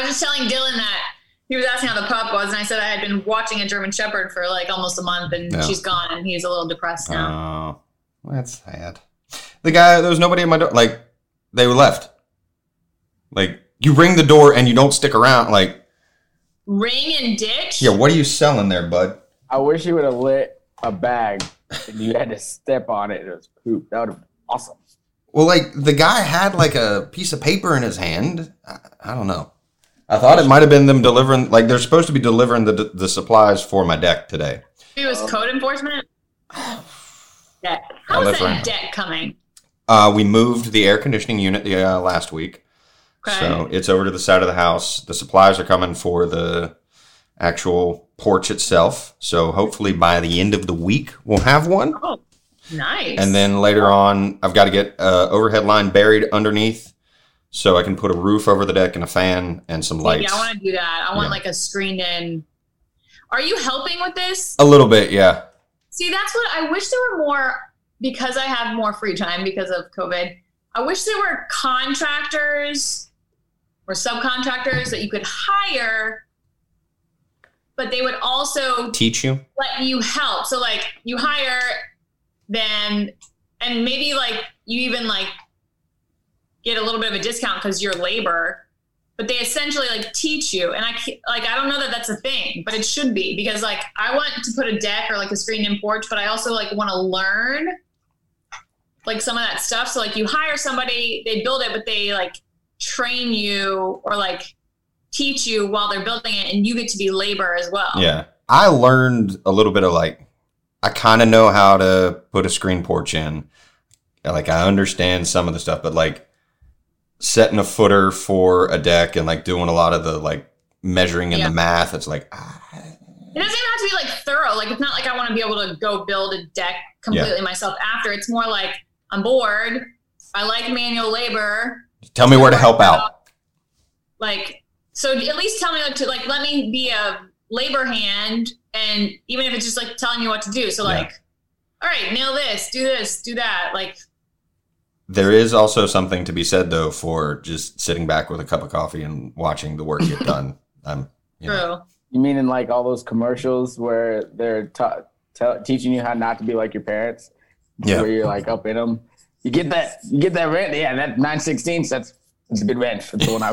Speaker 4: was just telling Dylan that he was asking how the pup was, and I said I had been watching a German Shepherd for like almost a month, and
Speaker 3: Yeah.
Speaker 4: she's gone, and he's a little depressed now.
Speaker 3: Oh, that's sad. The guy, there was nobody at my door. Like, they were left. Like, you ring the door and you don't stick around. Like,
Speaker 4: Ring and ditch.
Speaker 3: yeah, what are you selling there, bud?
Speaker 2: I wish you would have lit a bag and you had to step on it. and It was poop. That would have been awesome.
Speaker 3: Well, like, the guy had like a piece of paper in his hand. I, I don't know. I thought it might have been them delivering, like, they're supposed to be delivering the, the supplies for my deck today.
Speaker 4: It was code enforcement. Debt.
Speaker 3: Oh,
Speaker 4: How is
Speaker 3: that's
Speaker 4: that
Speaker 3: right.
Speaker 4: debt coming?
Speaker 3: Uh, we moved the air conditioning unit the, uh, last week.
Speaker 4: Okay.
Speaker 3: So it's over to the side of the house. The supplies are coming for the actual porch itself. So hopefully by the end of the week, we'll have one.
Speaker 4: Oh, nice.
Speaker 3: And then later on, I've got to get uh, overhead line buried underneath so I can put a roof over the deck and a fan and some
Speaker 4: Maybe
Speaker 3: lights.
Speaker 4: I want to do that. I want
Speaker 3: Yeah.
Speaker 4: like a screened in. Are you helping with this?
Speaker 3: a little bit, yeah.
Speaker 4: See, that's what I wish there were more because I have more free time because of COVID. I wish there were contractors or subcontractors that you could hire, but they would also
Speaker 3: Teach you.
Speaker 4: let you help. So, like, you hire them, and maybe like you even like get a little bit of a discount because you're labor. But they essentially like teach you, and I ca- like I don't know that that's a thing, but it should be because like I want to put a deck or like a screened-in porch, but I also like want to learn like some of that stuff. So like you hire somebody, they build it, but they like train you or like teach you while they're building it, and you get to be labor as well.
Speaker 3: Yeah. I learned a little bit of like, I kind of know how to put a screen porch in. Like, I understand some of the stuff, but like setting a footer for a deck and like doing a lot of the like measuring and
Speaker 4: Yeah.
Speaker 3: the math, it's like, ah,
Speaker 4: It doesn't even have to be like thorough. Like it's not like I want to be able to go build a deck completely myself after. It's more like I'm bored. I like manual labor.
Speaker 3: tell me where to help out.
Speaker 4: Like so, at least tell me what to like. Let me be a labor hand, and even if it's just like telling you what to do. So
Speaker 3: Yeah.
Speaker 4: like, all right, nail this, do this, do that. Like
Speaker 3: There is also something to be said though for just sitting back with a cup of coffee and watching the work get done. I'm, you know,
Speaker 4: true.
Speaker 2: You mean in like all those commercials where they're ta- te- teaching you how not to be like your parents?
Speaker 3: Yeah.
Speaker 2: Where you're like up in them. You get that. You get that rent. Yeah, that nine sixteenths. That's it's a good wrench. That's the one I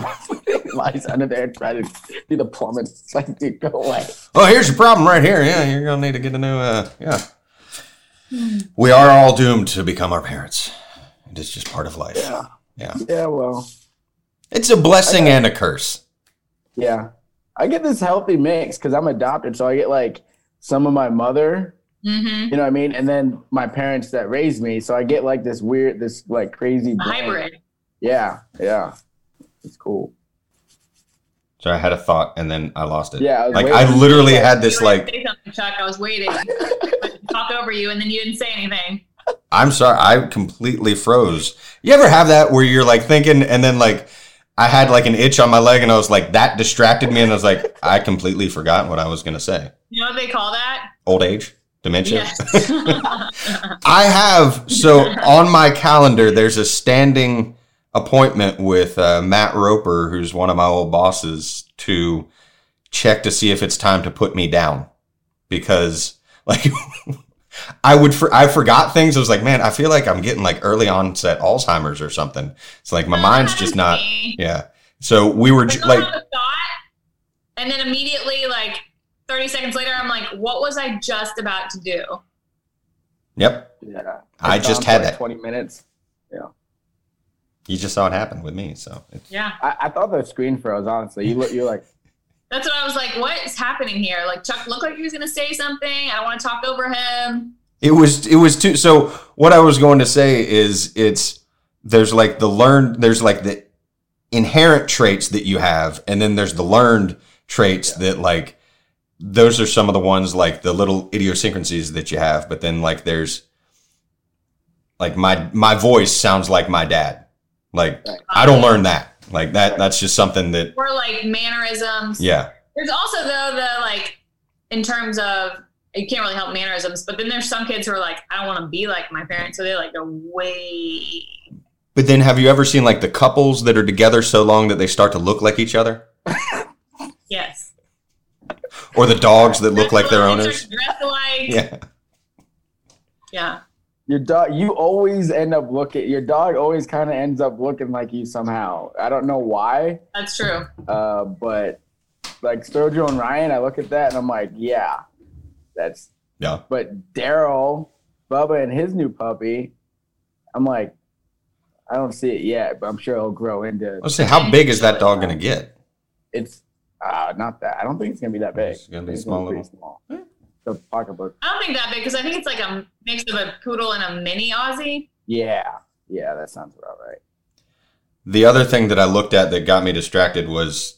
Speaker 2: lies under there trying to do the plumbing. It's like, dude, go away.
Speaker 3: Oh, here's your problem right here. Yeah, you're gonna need to get a new. Uh, yeah, we are all doomed to become our parents. It is just part of life.
Speaker 2: Yeah.
Speaker 3: Yeah.
Speaker 2: Yeah. Well.
Speaker 3: It's a blessing and a curse.
Speaker 2: Yeah. I get this healthy mix because I'm adopted, so I get like some of my mother You
Speaker 4: Mm-hmm.
Speaker 2: know what I mean? And then my parents that raised me, so I get like this weird, this like crazy
Speaker 4: A
Speaker 2: blend.
Speaker 4: hybrid.
Speaker 2: Yeah, yeah, it's cool.
Speaker 3: So I had a thought and then I lost it.
Speaker 2: Yeah, I was
Speaker 3: like
Speaker 2: waiting.
Speaker 3: I literally had
Speaker 4: You
Speaker 3: this
Speaker 4: were
Speaker 3: like.
Speaker 4: gonna say something, Chuck. I was waiting. to talk over you, and then you didn't say anything.
Speaker 3: I'm sorry, I completely froze. You ever have that where you're like thinking and then like I had like an itch on my leg and I was like that distracted me and I was like I completely forgot what I was gonna say.
Speaker 4: You know what they call that?
Speaker 3: Old age, dementia.
Speaker 4: Yes.
Speaker 3: I have so on my calendar. There's a standing appointment with uh, Matt Roper, who's one of my old bosses, to check to see if it's time to put me down because like I would for, I forgot things. I was like, man, I feel like I'm getting like early onset Alzheimer's or something. It's like my
Speaker 4: No,
Speaker 3: mind's
Speaker 4: that
Speaker 3: just not.
Speaker 4: happens to me.
Speaker 3: Yeah. So we were
Speaker 4: Like,
Speaker 3: ju-
Speaker 4: I'll
Speaker 3: like,
Speaker 4: have a thought, and then immediately, like thirty seconds later, I'm like, "What was I just about to do?"
Speaker 3: yep.
Speaker 2: Yeah,
Speaker 3: I
Speaker 2: It's
Speaker 3: just
Speaker 2: on for,
Speaker 3: had
Speaker 2: like,
Speaker 3: that.
Speaker 2: twenty minutes.
Speaker 3: You just saw it happen with me. So it's,
Speaker 4: Yeah,
Speaker 2: I, I thought the screen froze. Honestly, you look, you're like,
Speaker 4: that's what I was like. What is happening here? Like Chuck looked like he was gonna say something. I don't want to talk over him.
Speaker 3: It was it was too so what I was going to say is it's there's like the learned there's like the inherent traits that you have and then there's the learned traits that like those are some of the ones like the little idiosyncrasies that you have but then like there's like my my voice sounds like my dad like
Speaker 2: Right.
Speaker 3: I don't learn that like that that's just something that
Speaker 4: Or like mannerisms.
Speaker 3: yeah
Speaker 4: There's also though the like in terms of you can't really help mannerisms, but then there's some kids who are like, "I don't want to be like my parents," so they like go way.
Speaker 3: but then have you ever seen like the couples that are together so long that they start to look like each other
Speaker 4: Yes.
Speaker 3: or the dogs that look like their
Speaker 4: Dressed alike,
Speaker 3: owners
Speaker 4: Dressed alike.
Speaker 3: yeah
Speaker 4: yeah.
Speaker 2: your dog. You always end up looking. Your dog always kind of ends up looking like you somehow. I don't know why,
Speaker 4: That's true.
Speaker 2: uh, but like Sturgill and Ryan, I look at that and I'm like, yeah, that's
Speaker 3: Yeah.
Speaker 2: But Daryl, Bubba, and his new puppy, I'm like, I don't see it yet, but I'm sure he'll grow into.
Speaker 3: Let's see, how big is that dog going to get?
Speaker 2: It's uh, not that. I don't think it's gonna be that big.
Speaker 3: It's gonna be
Speaker 2: I think
Speaker 3: small
Speaker 2: pretty small. The pocketbook.
Speaker 4: I don't think that big because I think it's like a mix of a poodle and a mini Aussie.
Speaker 2: Yeah, yeah, that sounds about right.
Speaker 3: The other thing that I looked at that got me distracted was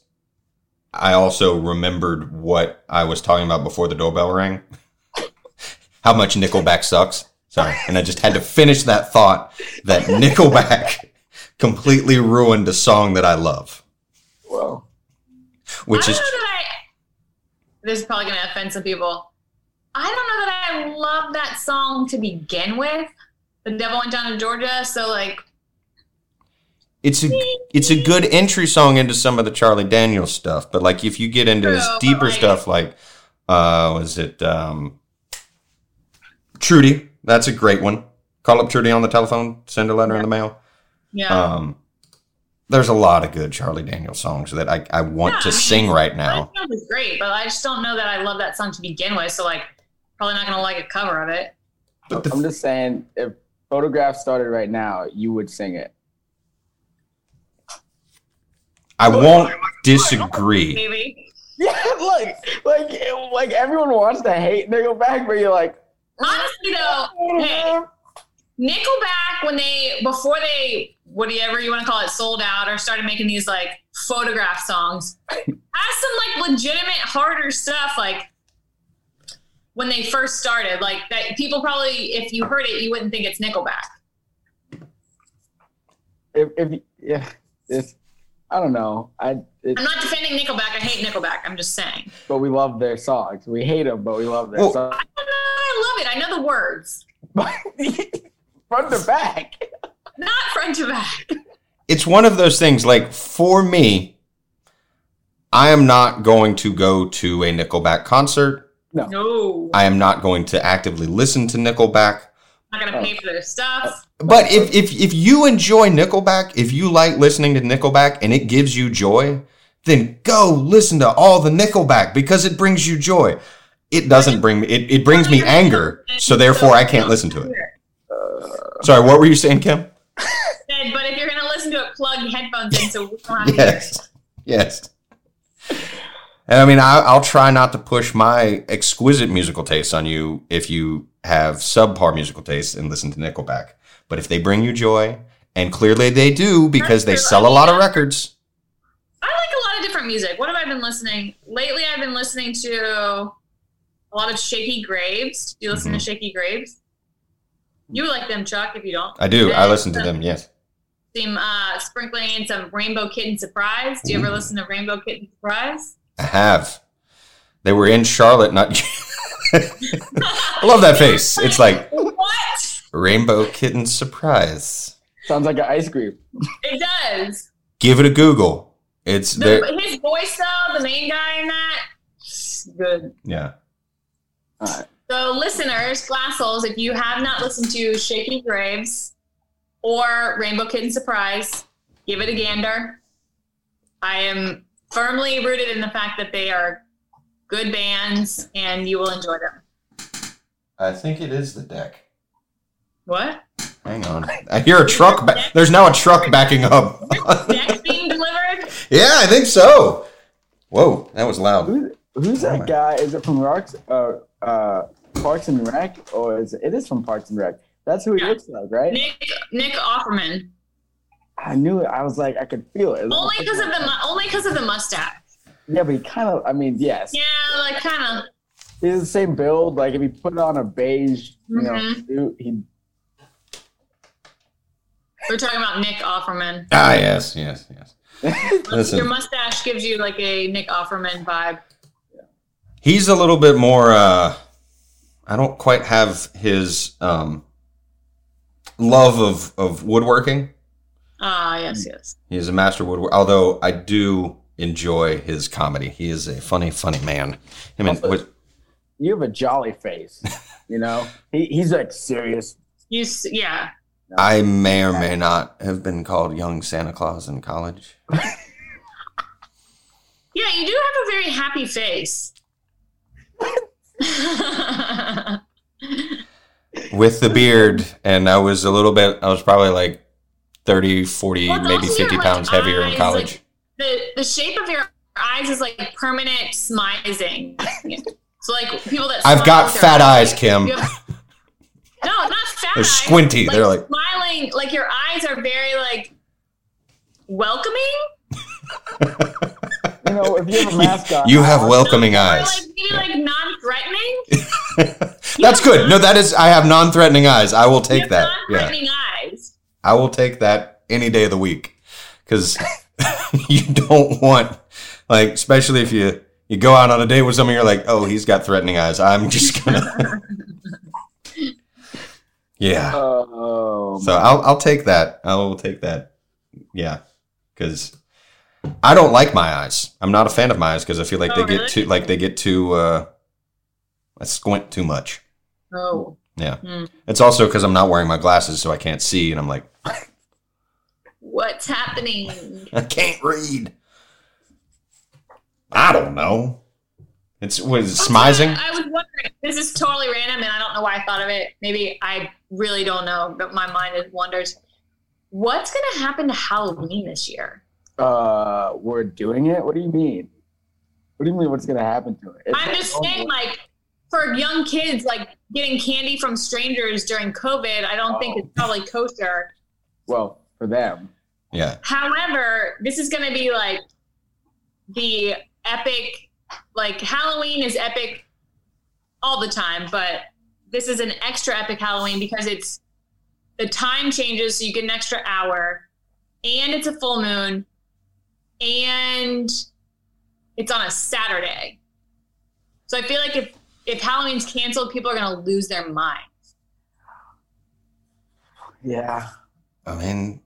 Speaker 3: I also remembered what I was talking about before the doorbell rang. how much Nickelback sucks. Sorry. And I just had to finish that thought that Nickelback completely ruined a song that I love,
Speaker 2: Well,
Speaker 3: which
Speaker 4: I
Speaker 3: is
Speaker 4: don't know that I. This is probably going to offend some people. I don't know that I love that song to begin with. The devil went down to Georgia, so like
Speaker 3: it's a it's a good entry song into some of the Charlie Daniels stuff, but like if you get into this
Speaker 4: True, but,
Speaker 3: deeper
Speaker 4: like-
Speaker 3: stuff, like uh, was it um, Trudy? That's a great one. Call up Trudy on the telephone, send a letter in the mail.
Speaker 4: yeah.
Speaker 3: Um, there's a lot of good Charlie Daniels songs that I, I want
Speaker 4: Yeah,
Speaker 3: to
Speaker 4: I mean,
Speaker 3: sing right now.
Speaker 4: That was great, but I just don't know that I love that song to begin with. So like, probably not going to like a cover of it.
Speaker 3: But the-
Speaker 2: I'm just saying, if photograph started right now, you would sing it.
Speaker 3: I won't disagree.
Speaker 4: maybe.
Speaker 2: Yeah, look, like like everyone wants to hate Nickelback, but you're like,
Speaker 4: Honestly, though, hey, Nickelback when they before they whatever you want to call it sold out or started making these like photograph songs has some like legitimate harder stuff like when they first started like that people probably if you heard it you wouldn't think it's Nickelback.
Speaker 2: if, if yeah, if, I don't know, I it,
Speaker 4: I'm not defending Nickelback. I hate Nickelback. I'm just saying.
Speaker 2: but we love their songs. We hate them, but we love their
Speaker 3: Well-
Speaker 2: songs.
Speaker 4: I don't know. I love it. I know the words.
Speaker 2: Front to back,
Speaker 4: Not front to back.
Speaker 3: It's one of those things like for me, I am not going to go to a Nickelback concert.
Speaker 4: No. I'm
Speaker 3: I am not going to actively listen to Nickelback.
Speaker 4: not gonna pay for their stuff.
Speaker 3: But if, if if you enjoy Nickelback, if you like listening to Nickelback and it gives you joy, then go listen to all the Nickelback because it brings you joy. It doesn't bring me it, it brings me anger, so therefore I can't listen to it. Sorry, what were you saying, Kim?
Speaker 4: Said, but if you're gonna listen to it, plug headphones in so we don't have to hear it.
Speaker 3: Yes. Yes. And I mean, I, I'll try not to push my exquisite musical tastes on you if you have subpar musical tastes and listen to Nickelback. But if they bring you joy, and clearly they do because they sell a lot of records.
Speaker 4: I like a lot of different music. What have I been listening lately? I've been listening to a lot of Shaky Graves. Do you listen
Speaker 3: Mm-hmm.
Speaker 4: to Shaky Graves? You like them, Chuck? If you don't,
Speaker 3: I do. I listen to them. Yes.
Speaker 4: Some uh, sprinkling in some Rainbow Kitten Surprise. Do you ever
Speaker 3: Ooh.
Speaker 4: listen to Rainbow Kitten Surprise?
Speaker 3: I have. They were in Charlotte, not. I love that face. It's like
Speaker 4: what?
Speaker 3: Rainbow Kitten Surprise.
Speaker 2: sounds like an ice cream.
Speaker 4: It does.
Speaker 3: Give it a Google. It's there.
Speaker 4: The, his voice, though, the main guy in that, good.
Speaker 3: Yeah.
Speaker 4: So, listeners, glass souls, if you have not listened to Shaky Graves or Rainbow Kitten Surprise, give it a gander. I am firmly rooted in the fact that they are good bands and you will enjoy them.
Speaker 3: I think it is the deck.
Speaker 4: What?
Speaker 3: Hang on. I hear a truck. Ba- There's now a truck backing up.
Speaker 4: Next being delivered?
Speaker 3: yeah, I think so. Whoa, that was loud.
Speaker 2: Who's who's
Speaker 3: Oh
Speaker 2: that guy? Is it from Rocks? Uh, uh, Parks and Rec, or is it, it is from Parks and Rec? That's who he
Speaker 4: Yeah.
Speaker 2: looks like, right?
Speaker 4: Nick Nick Offerman.
Speaker 2: I knew it. I was like, I could feel it.
Speaker 4: Only because of the mu- only because of the mustache.
Speaker 2: yeah, but he kind of. I mean, yes,
Speaker 4: Yeah, like kind of.
Speaker 2: he's the same build. Like if he put on a beige, you know,
Speaker 4: Mhm.
Speaker 2: suit, he
Speaker 4: We're talking about Nick Offerman.
Speaker 3: Ah, yes, yes, yes.
Speaker 4: Your
Speaker 3: Listen,
Speaker 4: mustache gives you like a Nick Offerman vibe.
Speaker 3: he's a little bit more. Uh, I don't quite have his um, love of of woodworking.
Speaker 4: Ah, yes, yes.
Speaker 3: He is a master woodworker. Although I do enjoy his comedy. He is a funny, funny man. Him and
Speaker 2: Also- you have a jolly face. You know, he, he's like serious.
Speaker 4: You, s- yeah.
Speaker 3: I may or may not have been called young Santa Claus in college.
Speaker 4: Yeah, you do have a very happy face. That's
Speaker 3: with the beard and i was a little bit i was probably like 30 40
Speaker 4: Well,
Speaker 3: maybe
Speaker 4: those are
Speaker 3: 50
Speaker 4: like
Speaker 3: pounds heavier in
Speaker 4: eyes,
Speaker 3: college
Speaker 4: like- the the shape of your eyes is like permanent smizing. so like people that
Speaker 3: i've got
Speaker 4: smile,
Speaker 3: fat
Speaker 4: they're-
Speaker 3: eyes kim
Speaker 4: You have- no, not fat.
Speaker 3: they're
Speaker 4: eyes.
Speaker 3: squinty they're like
Speaker 4: smiling. Like your eyes are very like welcoming.
Speaker 2: You know, if you have a mask on,
Speaker 3: you have
Speaker 2: I-
Speaker 3: welcoming
Speaker 4: Or
Speaker 3: eyes
Speaker 4: like maybe like non-threatening.
Speaker 3: that's good no that is i have non-threatening eyes i will take
Speaker 4: You have
Speaker 3: that yeah
Speaker 4: Non-threatening eyes.
Speaker 3: i will take that any day of the week because you don't want like especially if you you go out on a date with someone you're like oh he's got threatening eyes i'm just gonna yeah
Speaker 2: Oh,
Speaker 3: So I'll I'll take that. I will take that. Yeah, because I don't like my eyes. I'm not a fan of my eyes because I feel like
Speaker 4: Oh,
Speaker 3: they
Speaker 4: really?
Speaker 3: get too like they get too. Uh, I squint too much.
Speaker 4: Oh,
Speaker 3: Yeah,
Speaker 4: Hmm.
Speaker 3: it's also because I'm not wearing my glasses, so I can't see, and I'm like
Speaker 4: what's happening?
Speaker 3: I can't read. I don't know. It's was it smizing.
Speaker 4: I was wondering. This is totally random, and I don't know why I thought of it. Maybe I really don't know, but my mind is wonders. What's going to happen to Halloween this year?
Speaker 2: uh, we're doing it. What do you mean? What do you mean? What's gonna happen to it? It's oh,
Speaker 4: I'm
Speaker 2: not
Speaker 4: just
Speaker 2: normal.
Speaker 4: saying, like, for young kids, like getting candy from strangers during COVID, I don't think it's probably kosher.
Speaker 2: Well, for them,
Speaker 3: Yeah.
Speaker 4: However, this is going to be like the epic, like Halloween is epic all the time, but this is an extra epic Halloween because it's the time changes, so you get an extra hour, and it's a full moon, and it's on a Saturday. So I feel like if if Halloween's canceled, people are going to lose their mind.
Speaker 2: yeah,
Speaker 3: I mean,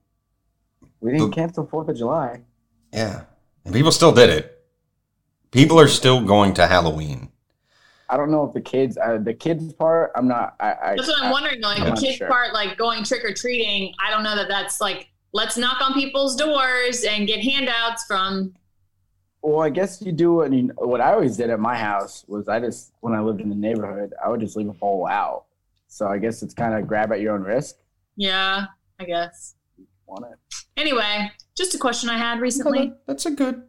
Speaker 2: we didn't
Speaker 3: But-
Speaker 2: cancel Fourth of July.
Speaker 3: yeah. And people still did it. People are still going to Halloween.
Speaker 2: I don't know if the kids, uh, the kids part. I'm not. I, I,
Speaker 4: That's what
Speaker 2: I-
Speaker 4: I'm wondering. Like
Speaker 2: I'm
Speaker 4: the
Speaker 2: not
Speaker 4: kids
Speaker 2: sure.
Speaker 4: part, like going trick or treating. I don't know that that's like let's knock on people's doors and get handouts from.
Speaker 2: Well, I guess you do what you, what I always did at my house was I just when I lived in the neighborhood, I would just leave a bowl out. So I guess it's kind of grab at your own risk.
Speaker 4: Yeah, I guess.
Speaker 2: Want it?
Speaker 4: Anyway, just a question I had recently.
Speaker 3: That's a good.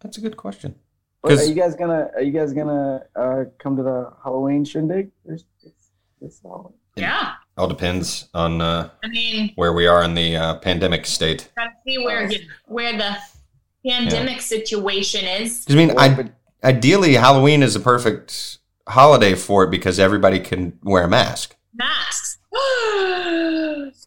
Speaker 3: That's a good question.
Speaker 2: But are
Speaker 3: 'Cause-
Speaker 2: you guys gonna are you guys gonna uh, come to the Halloween shindig? There's, it's, it's Halloween.
Speaker 4: Yeah,
Speaker 3: All depends on uh,
Speaker 4: I mean,
Speaker 3: where we are in the uh, pandemic state.
Speaker 4: gotta see where you, where the pandemic situation is.
Speaker 3: 'Cause, I mean, I
Speaker 2: Well, but
Speaker 3: ideally Halloween is a perfect holiday for it because everybody can wear a mask.
Speaker 4: Masks. Once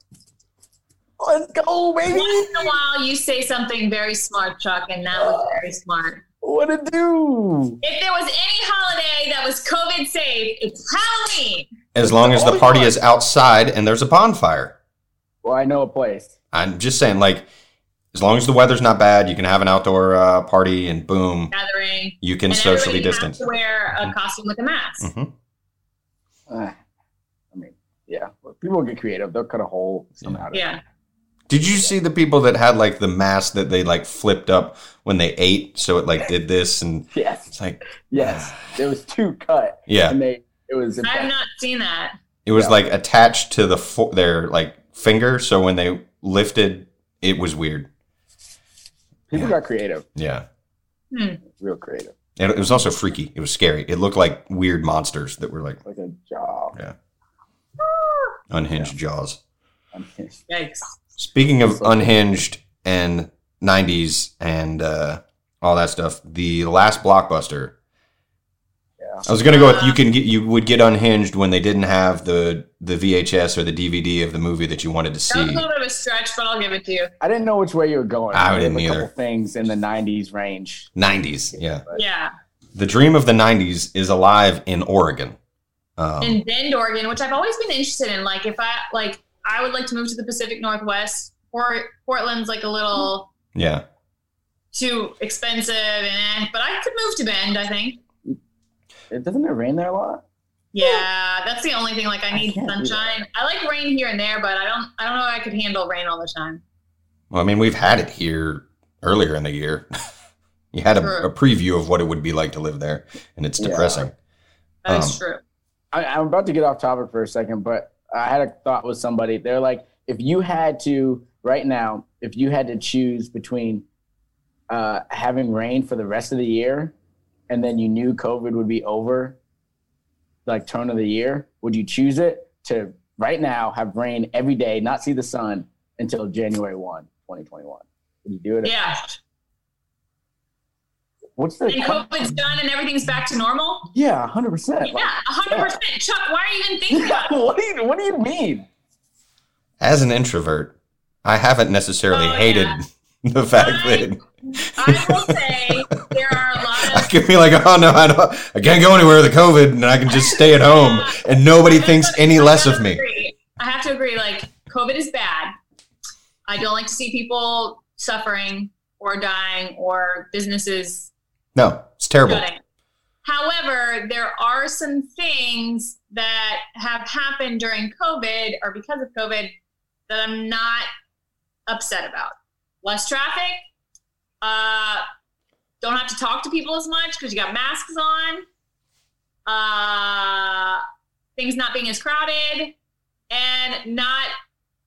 Speaker 2: let's go, baby.
Speaker 4: in a while, you say something very smart, Chuck, and that was very smart.
Speaker 2: What to do?
Speaker 4: If there was any holiday that was COVID safe, it's Halloween.
Speaker 3: As long as the party is outside and there's a bonfire.
Speaker 2: Well, I know a place.
Speaker 3: I'm just saying, like, as long as the weather's not bad, you can have an outdoor uh, party and boom,
Speaker 4: Gathering.
Speaker 3: you can
Speaker 4: and
Speaker 3: socially Mm-hmm.
Speaker 4: everybody has
Speaker 3: distance.
Speaker 4: to wear a costume with a mask.
Speaker 3: hmm
Speaker 2: Uh, I mean, yeah, well, people get creative. They'll cut a hole somehow. to-
Speaker 4: Yeah.
Speaker 3: Did you see the people that had like the mask that they like flipped up when they ate, so it like did this and
Speaker 2: Yes.
Speaker 3: it's like,
Speaker 2: Yes. There was two cut,
Speaker 3: yeah,
Speaker 2: and they it was.
Speaker 4: I have not seen that.
Speaker 3: it was
Speaker 2: Yeah.
Speaker 3: like attached to the fo- their like finger, so when they lifted, it was weird.
Speaker 2: people
Speaker 3: yeah.
Speaker 2: got creative.
Speaker 3: Yeah,
Speaker 4: Hmm.
Speaker 2: Real creative.
Speaker 3: it, it was also freaky. It was scary. It looked like weird monsters that were like
Speaker 2: like a job.
Speaker 3: unhinged jaws.
Speaker 2: I mean,
Speaker 4: Yikes.
Speaker 3: Speaking of
Speaker 2: So-
Speaker 3: unhinged and 90s and uh, all that stuff, the last blockbuster.
Speaker 2: Yeah.
Speaker 3: I was gonna go with you can get you would get unhinged when they didn't have the the VHS or the DVD of the movie that you wanted to
Speaker 4: That was a
Speaker 3: see.
Speaker 2: Uh-huh.
Speaker 4: little bit of a stretch, but I'll give it to you.
Speaker 2: I didn't know which way you were going.
Speaker 3: I
Speaker 2: There
Speaker 3: didn't
Speaker 2: were a
Speaker 3: either.
Speaker 2: Couple things in the '90s range.
Speaker 3: 90s, yeah.
Speaker 4: Yeah.
Speaker 3: The dream of the 90s is alive in Oregon. Um,
Speaker 4: And Bend, Oregon, which I've always been interested in. Like, if I, like, I would like to move to the Pacific Northwest. Port, Portland's like a little
Speaker 3: yeah,
Speaker 4: too expensive, and eh, but I could move to Bend, I think.
Speaker 2: It doesn't it rain there a lot?
Speaker 4: Yeah, that's the only thing. Like, I
Speaker 2: I
Speaker 4: need
Speaker 2: can't do
Speaker 4: sunshine. I like rain here and there, but I don't. I don't know. If I could handle rain all the time.
Speaker 3: well, I mean we've had it here earlier in the year. you had a,
Speaker 4: True.
Speaker 3: a preview of what it would be like to live there, and it's
Speaker 2: Yeah.
Speaker 3: depressing.
Speaker 4: That's
Speaker 3: Um,
Speaker 4: true.
Speaker 2: I, I'm about to get off topic for a second, but I had a thought with somebody. They're like, if you had to right now, if you had to choose between uh, having rain for the rest of the year, and then you knew COVID would be over, like turn of the year, would you choose it to right now have rain every day, not see the sun until January 1, 2021? Would you do it?
Speaker 4: Yeah.
Speaker 2: What's the
Speaker 4: And COVID's done and everything's back to normal?
Speaker 2: Yeah, hundred percent.
Speaker 4: Yeah, 100%. Chuck, why are you even thinking about it?
Speaker 2: What do you What do you mean?
Speaker 3: As an introvert, I haven't necessarily
Speaker 4: Oh,
Speaker 3: hated
Speaker 4: yeah.
Speaker 3: the fact
Speaker 4: I-
Speaker 3: that
Speaker 4: I will say there are a lot
Speaker 3: I
Speaker 4: of.
Speaker 3: can be like, oh no, I don't, I can't go anywhere with COVID, and I can just stay at home, and nobody thinks any less of me.
Speaker 4: Agree. I have to agree. Like, COVID is bad. I don't like to see people suffering or dying or businesses
Speaker 3: No, it's terrible.
Speaker 4: Got it. However, there are some things that have happened during COVID or because of COVID that I'm not upset about. Less traffic. Uh, don't have to talk to people as much because you got masks on. Uh, things not being as crowded and not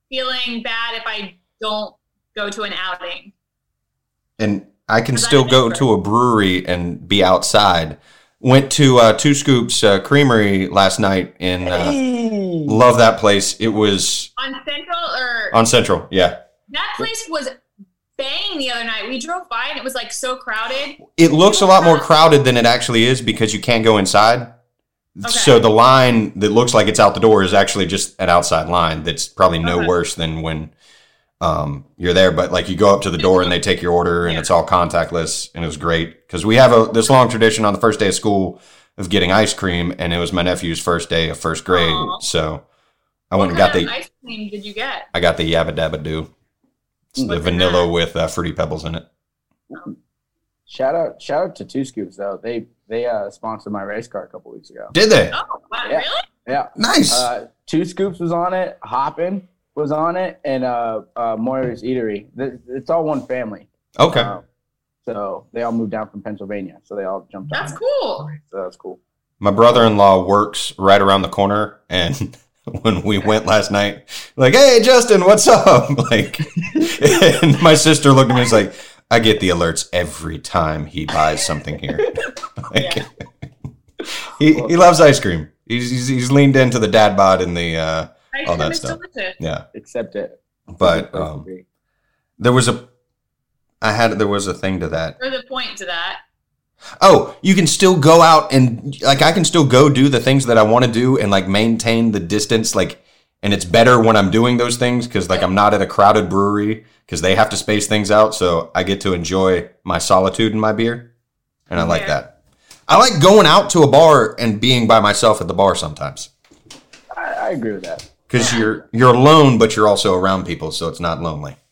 Speaker 4: feeling bad if I don't go to an outing.
Speaker 3: and I can
Speaker 4: 'Cause I
Speaker 3: still go
Speaker 4: remember.
Speaker 3: to a brewery and be outside. Went to uh, Two Scoops uh, Creamery last night and uh,
Speaker 2: Hey.
Speaker 3: love that place. It was
Speaker 4: on Central or
Speaker 3: on Central. Yeah.
Speaker 4: that place was bang the other night. We drove by and it was like so crowded.
Speaker 3: It looks a lot more crowded than it actually is because you can't go inside.
Speaker 4: Okay.
Speaker 3: So the line that looks like it's out the door is actually just an outside line that's probably no
Speaker 4: Okay.
Speaker 3: worse than when um, you're there. But like you go up to the door and they take your order and
Speaker 4: Yeah.
Speaker 3: it's all contactless and it was great because we have a this long tradition on the first day of school of getting ice cream and it was my nephew's first day of first grade.
Speaker 4: Aw.
Speaker 3: So I
Speaker 4: What
Speaker 3: went and got
Speaker 4: kind
Speaker 3: the
Speaker 4: of ice cream did you get?
Speaker 3: I got the Yabba Dabba Doo. It's the
Speaker 4: What's in
Speaker 3: vanilla
Speaker 4: that?
Speaker 3: with uh, fruity pebbles in it.
Speaker 2: Shout out shout out to Two Scoops though. They they uh, sponsored my race car a couple weeks ago.
Speaker 3: Did they?
Speaker 4: Oh, wow,
Speaker 2: Yeah.
Speaker 4: really?
Speaker 2: Yeah.
Speaker 3: Nice.
Speaker 2: Uh, Two Scoops was on it. Hoppin was on it, and uh, uh, Moira's Eatery. Th- It's all one family.
Speaker 3: okay.
Speaker 2: Uh, so they all moved down from Pennsylvania. So they all jumped
Speaker 4: That's
Speaker 2: on. it.
Speaker 4: cool.
Speaker 2: So that's cool.
Speaker 3: My brother in law works right around the corner. And when we went last night, like, hey, Justin, what's up? Like, and my sister looked at me and was like, I get the alerts every time he buys something here. like,
Speaker 4: Yeah.
Speaker 3: he, he loves ice cream. He's, he's, he's leaned into the dad bod and the, uh,
Speaker 4: Ice
Speaker 3: All
Speaker 4: cream
Speaker 3: that
Speaker 4: is
Speaker 3: stuff.
Speaker 4: delicious.
Speaker 3: yeah.
Speaker 2: Accept it.
Speaker 3: But um, there was a, I had, there was a thing to that.
Speaker 4: There's a point to that.
Speaker 3: Oh, you can still go out and like I can still go do the things that I want to do and like maintain the distance like and it's better when I'm doing those things cuz like I'm not at a crowded brewery cuz they have to space things out so I get to enjoy my solitude and my beer. And I like
Speaker 4: Yeah.
Speaker 3: that. I like going out to a bar and being by myself at the bar sometimes
Speaker 2: I, I agree with that.
Speaker 3: cuz you're you're alone but you're also around people so it's not lonely.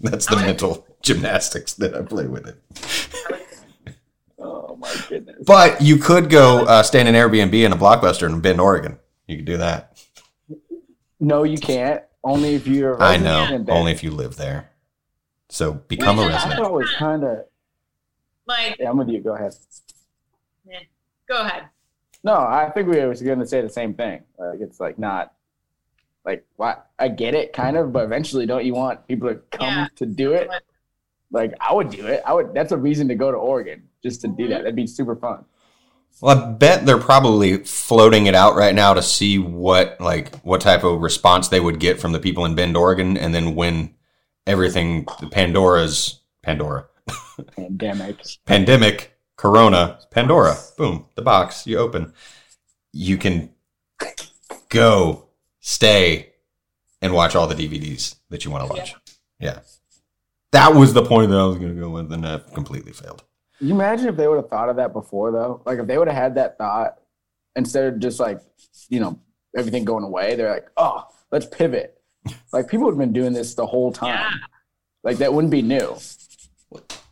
Speaker 3: That's the mental gymnastics that I play with it.
Speaker 2: Oh my goodness.
Speaker 3: But you could go uh, stay in an Airbnb in a blockbuster in Bend, Oregon. You could do that.
Speaker 2: No, you can't. Only if you're. a
Speaker 3: I
Speaker 2: resident
Speaker 3: know.
Speaker 2: in Bend.
Speaker 3: Only if you live there. So become a
Speaker 4: Wait,
Speaker 2: I
Speaker 3: resident.
Speaker 2: thought it was kind of.
Speaker 4: Like,
Speaker 2: Yeah, I'm with you. Go ahead.
Speaker 4: go ahead.
Speaker 2: No, I think we were going to say the same thing. Like it's like not. Like what? I get it, kind of, but eventually, don't you want people to come
Speaker 4: Yeah.
Speaker 2: to do it? Like I would do it. I would. That's a reason to go to Oregon just to do that. That'd be super fun.
Speaker 3: Well, I bet they're probably floating it out right now to see what like what type of response they would get from the people in Bend, Oregon, and then when everything the Pandora's Pandora
Speaker 2: Pandemic.
Speaker 3: pandemic Corona Pandora boom the box you open you can go stay and watch all the DVDs that you want to watch. Yeah. That was the point that I was going to go with, and I completely failed.
Speaker 2: You imagine if they would have thought of that before, though. Like if they would have had that thought instead of just like, you know, everything going away. They're like, oh, let's pivot. Like people have been doing this the whole time.
Speaker 4: Yeah.
Speaker 2: Like that wouldn't be new.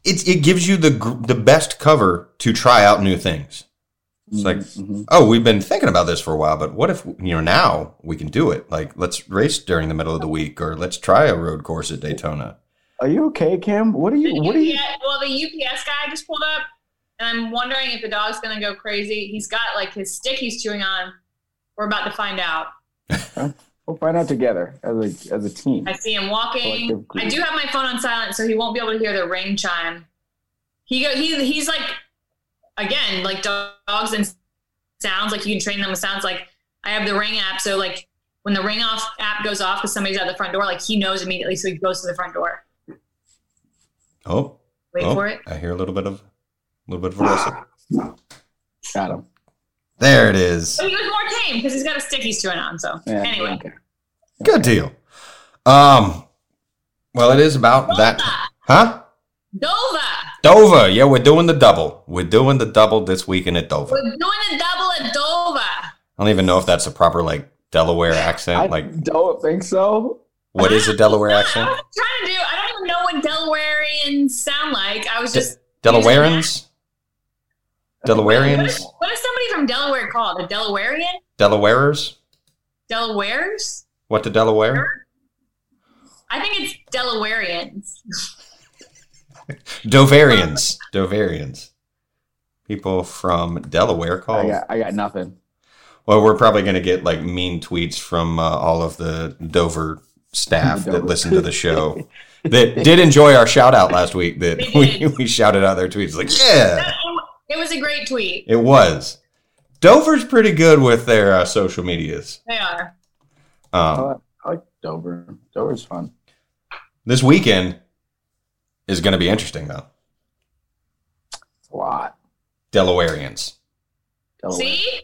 Speaker 3: It, it gives you the gr- the best cover to try out new things. It's like,
Speaker 2: Mhm.
Speaker 3: oh, we've been thinking about this for a while, but what if you know now we can do it? Like, let's race during the middle of the week, or let's try a road course at Daytona.
Speaker 2: are you okay, Kim? What are
Speaker 4: The
Speaker 2: you? What are you?
Speaker 4: UPS well, the UPS guy just pulled up, and I'm wondering if the dog's going to go crazy. He's got like his stick he's chewing on. We're about to find out.
Speaker 2: We'll find out together as a as a team.
Speaker 4: I see him walking.
Speaker 2: Collective group.
Speaker 4: I do have my phone on silent, so he won't be able to hear the ring chime. He go, he he's like again like do- dogs and sounds like you can train them with sounds. Like I have the ring app, so like when the ring off app goes off because somebody's at the front door, like he knows immediately, so he goes to the front door.
Speaker 3: Oh,
Speaker 4: Wait
Speaker 3: oh,
Speaker 4: for it.
Speaker 3: I hear a little bit of a little bit of a whistle.
Speaker 2: Got him.
Speaker 3: There it is.
Speaker 4: But he was more tame because he's got a stick he's chewing on. So
Speaker 2: Yeah,
Speaker 4: anyway,
Speaker 2: okay.
Speaker 3: Good deal. Um, well, it is about that, huh?
Speaker 4: Dova.
Speaker 3: Dover. Yeah, we're doing the double. We're doing the double this weekend at Dover.
Speaker 4: We're doing a double at Dova.
Speaker 3: I don't even know if that's a proper like Delaware accent.
Speaker 2: I
Speaker 3: Like,
Speaker 2: don't think so.
Speaker 3: what is a Delaware accent?
Speaker 4: I was trying to do. I don't even know what Delawareans sound like. I was just.
Speaker 3: Delawareans. Delawareans.
Speaker 4: What is somebody from Delaware called? A Delawarean?
Speaker 3: Delawarers.
Speaker 4: Delawares?
Speaker 3: What to Delaware?
Speaker 4: I think it's Delawareans.
Speaker 3: Dovarians. Dovarians. People from Delaware
Speaker 2: I
Speaker 3: called.
Speaker 2: got I got nothing.
Speaker 3: Well, we're probably going to get like mean tweets from uh, all of the Dover staff
Speaker 2: Dover.
Speaker 3: that listen to the show that did enjoy our shout out last week that
Speaker 4: They
Speaker 3: we,
Speaker 4: did.
Speaker 3: we shouted out their tweets like yeah
Speaker 4: It was a great tweet.
Speaker 3: it was dover's pretty good with their uh, social medias
Speaker 4: They are.
Speaker 3: um,
Speaker 2: I like Dover. Dover's fun.
Speaker 3: this weekend is going to be interesting though
Speaker 2: It's a lot.
Speaker 3: delawareans
Speaker 2: Delaware.
Speaker 4: See?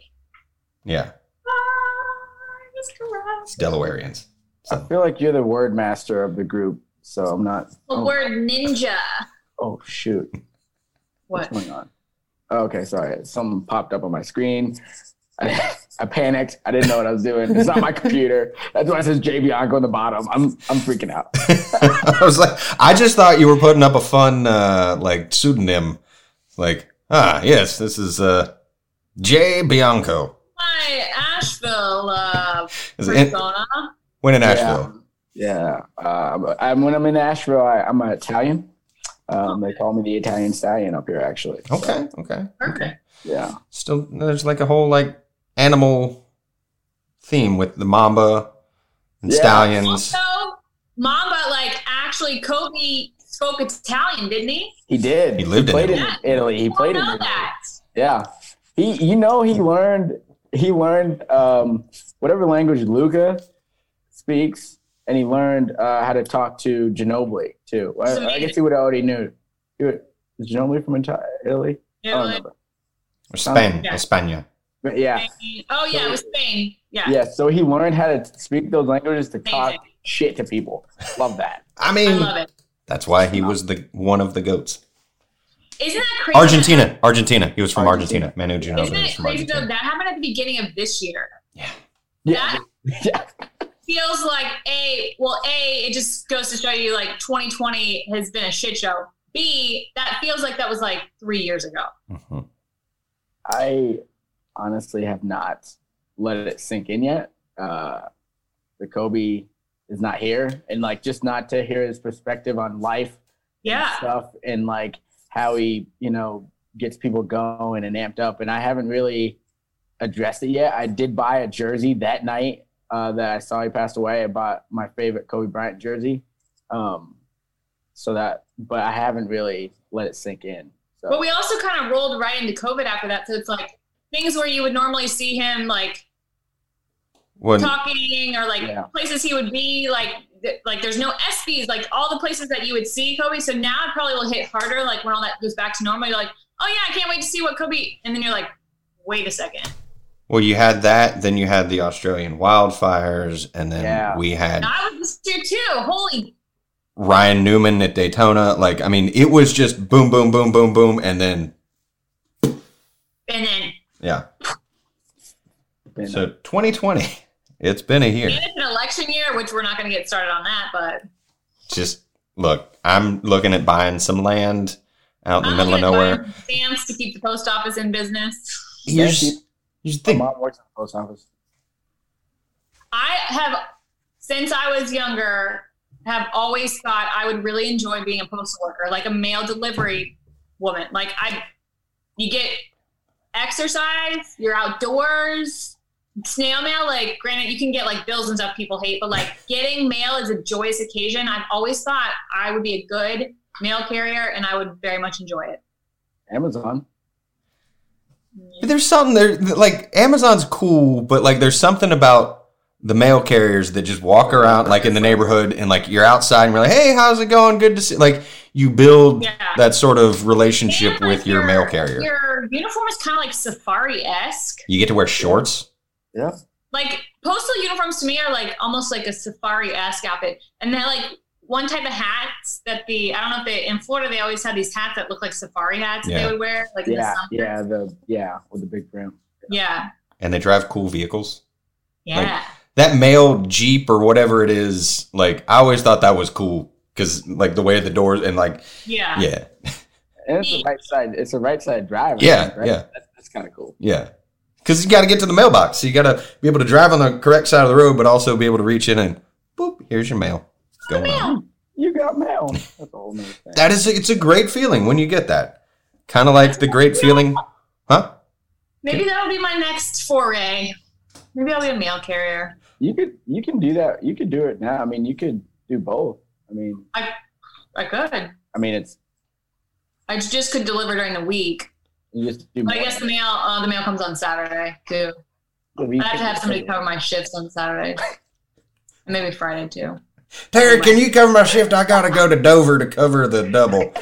Speaker 3: yeah
Speaker 4: Ah, it's correct.
Speaker 3: it's delawareans
Speaker 2: I
Speaker 3: so
Speaker 2: feel like you're the word master of the group, so I'm not.
Speaker 4: The
Speaker 2: Oh,
Speaker 4: word ninja.
Speaker 2: oh shoot, what's
Speaker 4: What?
Speaker 2: going on? Oh, okay, sorry. Something popped up on my screen. I, I panicked. I didn't know what I was doing. It's not my computer. That's why it says J Bianco on the bottom. I'm I'm freaking out.
Speaker 3: i was like i just thought you were putting up a fun uh, like pseudonym like ah yes this is uh, jay bianco
Speaker 4: My Asheville uh,
Speaker 3: Is it in-
Speaker 4: persona.
Speaker 3: when in asheville
Speaker 2: Yeah. Uh, I'm, when I'm in Nashville, I, I'm an Italian. Um, they call me the Italian stallion up here, actually. So,
Speaker 3: okay okay
Speaker 4: Perfect.
Speaker 2: yeah.
Speaker 3: still there's like a whole like animal theme with the mamba and
Speaker 2: Yeah.
Speaker 3: stallions.
Speaker 4: Also, Mamba, like, actually, Kobe spoke Italian, didn't he?
Speaker 2: He did.
Speaker 3: He lived in
Speaker 2: played
Speaker 3: Italy.
Speaker 2: in Italy. He
Speaker 4: Oh, I
Speaker 2: played in
Speaker 4: know
Speaker 2: Italy.
Speaker 4: that.
Speaker 2: Yeah. He, you know, he learned, he learned um, whatever language Luca speaks, and he learned uh, how to talk to Ginobili too. I, I guess he would have already knew. He would, is Ginobili from Ita- Italy? I don't
Speaker 4: Italy.
Speaker 2: remember.
Speaker 3: Or Spain,
Speaker 4: Yeah.
Speaker 3: España.
Speaker 2: But yeah,
Speaker 4: Spain. Oh, yeah, it was Spain. Yeah.
Speaker 2: yeah. So he learned how to speak those languages to talk
Speaker 4: Amazing.
Speaker 2: shit to people. Love that.
Speaker 3: I
Speaker 4: I
Speaker 3: mean,
Speaker 4: love it.
Speaker 3: that's why he was the one of the goats.
Speaker 4: Isn't that crazy?
Speaker 3: Argentina, Argentina. He was from Argentina. Manu
Speaker 4: That,
Speaker 3: Ginobili
Speaker 4: isn't
Speaker 3: was
Speaker 4: it
Speaker 3: from
Speaker 4: crazy though?
Speaker 3: Argentina.
Speaker 4: That happened at the beginning of this year.
Speaker 2: Yeah. yeah.
Speaker 4: Feels like a well, a it just goes to show you like 2020 has been a shit show. B that feels like that was like three years ago.
Speaker 3: Mhm.
Speaker 2: I honestly have not let it sink in yet. Uh, the Kobe is not here, and like just not to hear his perspective on life and
Speaker 4: Yeah,
Speaker 2: stuff, and like how he you know gets people going and amped up. And I haven't really addressed it yet. I did buy a jersey that night uh, that I saw he passed away. I bought my favorite Kobe Bryant jersey, um, so that. But I haven't really let it sink in. So.
Speaker 4: but we also kind of rolled right into COVID after that, so it's like things where you would normally see him like
Speaker 3: Well,
Speaker 4: talking or like
Speaker 2: Yeah.
Speaker 4: places he would be like th- like there's no SBs like all the places that you would see Kobe. So now it probably will hit harder like when all that goes back to normal. You're like, oh yeah, I can't wait to see what Kobe. And then you're like, wait a second,
Speaker 3: well, you had that, then you had the Australian wildfires, and then
Speaker 2: Yeah.
Speaker 3: we had
Speaker 4: I was this year too. Holy
Speaker 3: Ryan Newman at Daytona. Like, I mean, it was just boom, boom, boom, boom, boom, and then
Speaker 4: and then
Speaker 3: yeah.
Speaker 2: And,
Speaker 3: So 2020, it's been a year.
Speaker 4: and it's an election year, which we're not going to get started on that, but
Speaker 3: just look, I'm looking at buying some land out in the
Speaker 4: I'm
Speaker 3: middle of
Speaker 4: gonna
Speaker 3: nowhere.
Speaker 4: buy stamps to keep the post office in business.
Speaker 3: Here's,
Speaker 2: Thank you.
Speaker 3: here's
Speaker 2: My
Speaker 3: the thing.
Speaker 2: mom works at the post office.
Speaker 4: I have since I was younger have always thought I would really enjoy being a postal worker, like a mail delivery woman. Like I you get exercise, you're outdoors, snail mail, like granted you can get like bills and stuff people hate, but like getting mail is a joyous occasion. I've always thought I would be a good mail carrier and I would very much enjoy it.
Speaker 2: Amazon.
Speaker 3: There's something there, like Amazon's cool, but like there's something about the mail carriers that just walk around like in the neighborhood and like you're outside and you're like, hey, how's it going? Good to see. Like you build
Speaker 4: Yeah.
Speaker 3: that sort of relationship
Speaker 4: And,
Speaker 3: with
Speaker 4: like,
Speaker 3: your mail carrier.
Speaker 4: Your uniform is kind of like safari esque.
Speaker 3: You get to wear shorts.
Speaker 2: Yeah.
Speaker 4: like postal uniforms to me are like almost like a safari esque outfit, and they're like one type of hats that the I don't know if they in Florida they always had these hats that look like safari hats that
Speaker 3: Yeah.
Speaker 4: they would wear like in the
Speaker 2: Yeah.
Speaker 4: summer.
Speaker 2: Yeah. The yeah with the big brim.
Speaker 4: yeah
Speaker 3: And they drive cool vehicles.
Speaker 4: yeah
Speaker 3: that mail jeep or whatever it is like i always thought that was cool because like the way the doors and like
Speaker 4: yeah
Speaker 3: yeah
Speaker 2: And it's a right side. It's a right side drive. I
Speaker 3: Yeah,
Speaker 2: think, right?
Speaker 3: yeah.
Speaker 2: That's, that's kind of cool.
Speaker 3: yeah because you got to get to the mailbox so you got to be able to drive on the correct side of the road but also be able to reach in and boop here's your mail going on.
Speaker 4: Mail.
Speaker 2: You got mail. That's a whole new thing.
Speaker 3: that is it's a great feeling when you get that kind of like the great feeling huh
Speaker 4: Maybe that'll be my next foray. Maybe I'll be a mail carrier.
Speaker 2: You could you can do that. You could do it now. I mean, you could do both. I mean,
Speaker 4: I could.
Speaker 2: I mean, it's
Speaker 4: I just could deliver during the week.
Speaker 2: you just do.
Speaker 4: But I
Speaker 2: more.
Speaker 4: guess the mail uh, the mail comes on Saturday too. I have to have somebody cover my shifts on Saturday. And maybe Friday too.
Speaker 3: Terry, can you cover my shift? I gotta go to Dover to cover the double.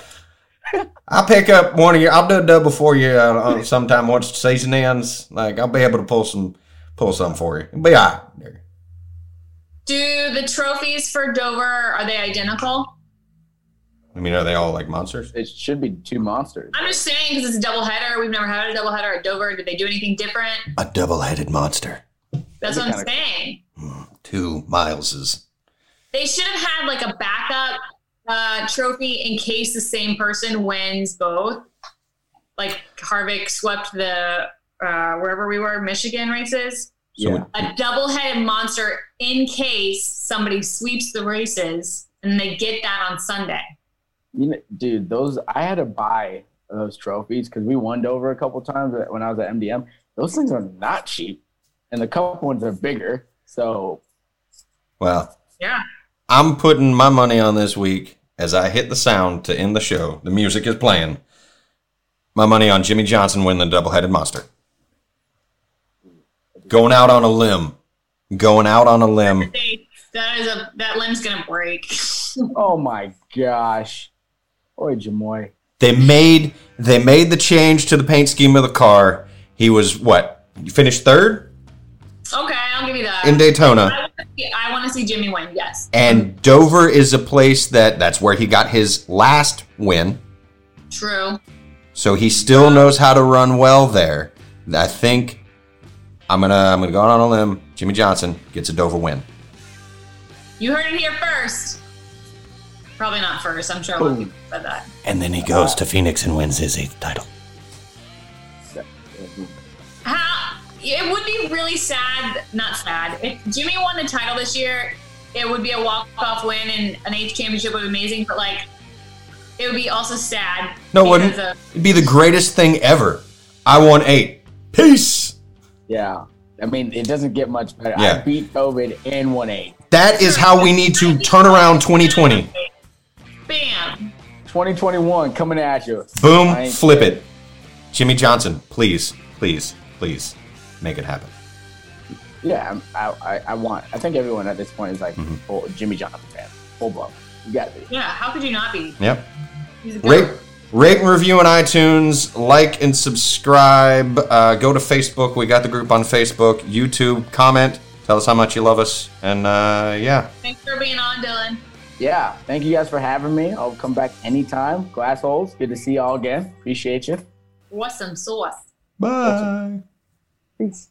Speaker 3: I'll pick up one of you. I'll do a double for you uh, uh, sometime once the season ends. Like I'll be able to pull some, pull some for you. It'll be all right.
Speaker 4: Do the trophies for Dover are they identical?
Speaker 3: I mean, are they all like monsters?
Speaker 2: It should be two monsters.
Speaker 4: I'm just saying because it's a double header. We've never had a double header at Dover. Did they do anything different?
Speaker 3: A double-headed monster. Hmm,
Speaker 4: That's what
Speaker 2: That'd
Speaker 4: I'm
Speaker 2: be
Speaker 4: saying.
Speaker 3: Two Mileses.
Speaker 4: They should have had like a backup uh, trophy in case the same person wins both. Like Harvick swept the uh, wherever we were Michigan races.
Speaker 3: So
Speaker 2: Yeah.
Speaker 4: A double-headed monster in case somebody sweeps the races and they get that on Sunday.
Speaker 2: You know, dude, those I had to buy those trophies because we won over a couple times when I was at MDM. Those things are not cheap, and the cup ones are bigger. So
Speaker 3: Well,
Speaker 4: Yeah.
Speaker 3: I'm putting my money on this week as I hit the sound to end the show. The music is playing. My money on Jimmy Johnson winning the double headed monster. Going out on a limb. Going out on a limb.
Speaker 4: They, that is a that limb's gonna break.
Speaker 2: Oh my gosh. Oi, Jamoy.
Speaker 3: They made they made the change to the paint scheme of the car. He was what? You finished third
Speaker 4: Okay, I'll give you that.
Speaker 3: in Daytona.
Speaker 4: I want to see Jimmy win. Yes,
Speaker 3: And Dover is a place that that's where he got his last win.
Speaker 4: true.
Speaker 3: So he still knows how to run well there. I think I'm gonna I'm gonna go out on a limb. Jimmy Johnson gets a Dover win.
Speaker 4: You heard it here first. Probably not first. I'm sure a lot of people said that.
Speaker 3: And then he goes to Phoenix and wins his eighth title.
Speaker 4: How it would be really sad, not sad. If Jimmy won the title this year, it would be a walk off win and an eighth championship would be amazing. But like, it would be also sad.
Speaker 3: No, it
Speaker 4: because
Speaker 3: wouldn't.
Speaker 4: of-
Speaker 3: It'd be the greatest thing ever. I won eight. Peace.
Speaker 2: Yeah. I mean, it doesn't get much better. I
Speaker 3: Yeah.
Speaker 2: beat COVID and won eight.
Speaker 3: That is how we need to turn around 2020.
Speaker 4: Bam.
Speaker 2: 2021 coming at you.
Speaker 3: Boom, flip it. Jimmy Johnson, please, please, please make it happen.
Speaker 2: Yeah, I'm- I, I, I want. I think everyone at this point is like full Jimmy Johnson fan, full blown. You got to be.
Speaker 4: Yeah. How could you not be?
Speaker 3: Yep.
Speaker 4: He's a good
Speaker 3: Rate, rate and review on iTunes. Like and subscribe. Uh, go to Facebook. We got the group on Facebook. YouTube. Comment. Tell us how much you love us. And uh, yeah,
Speaker 4: Thanks for being on, Dylan.
Speaker 2: Yeah, thank you guys for having me. I'll come back anytime. Glass holes. Good to see y'all again. Appreciate you.
Speaker 4: What's some sauce?
Speaker 3: bye.
Speaker 2: Peace.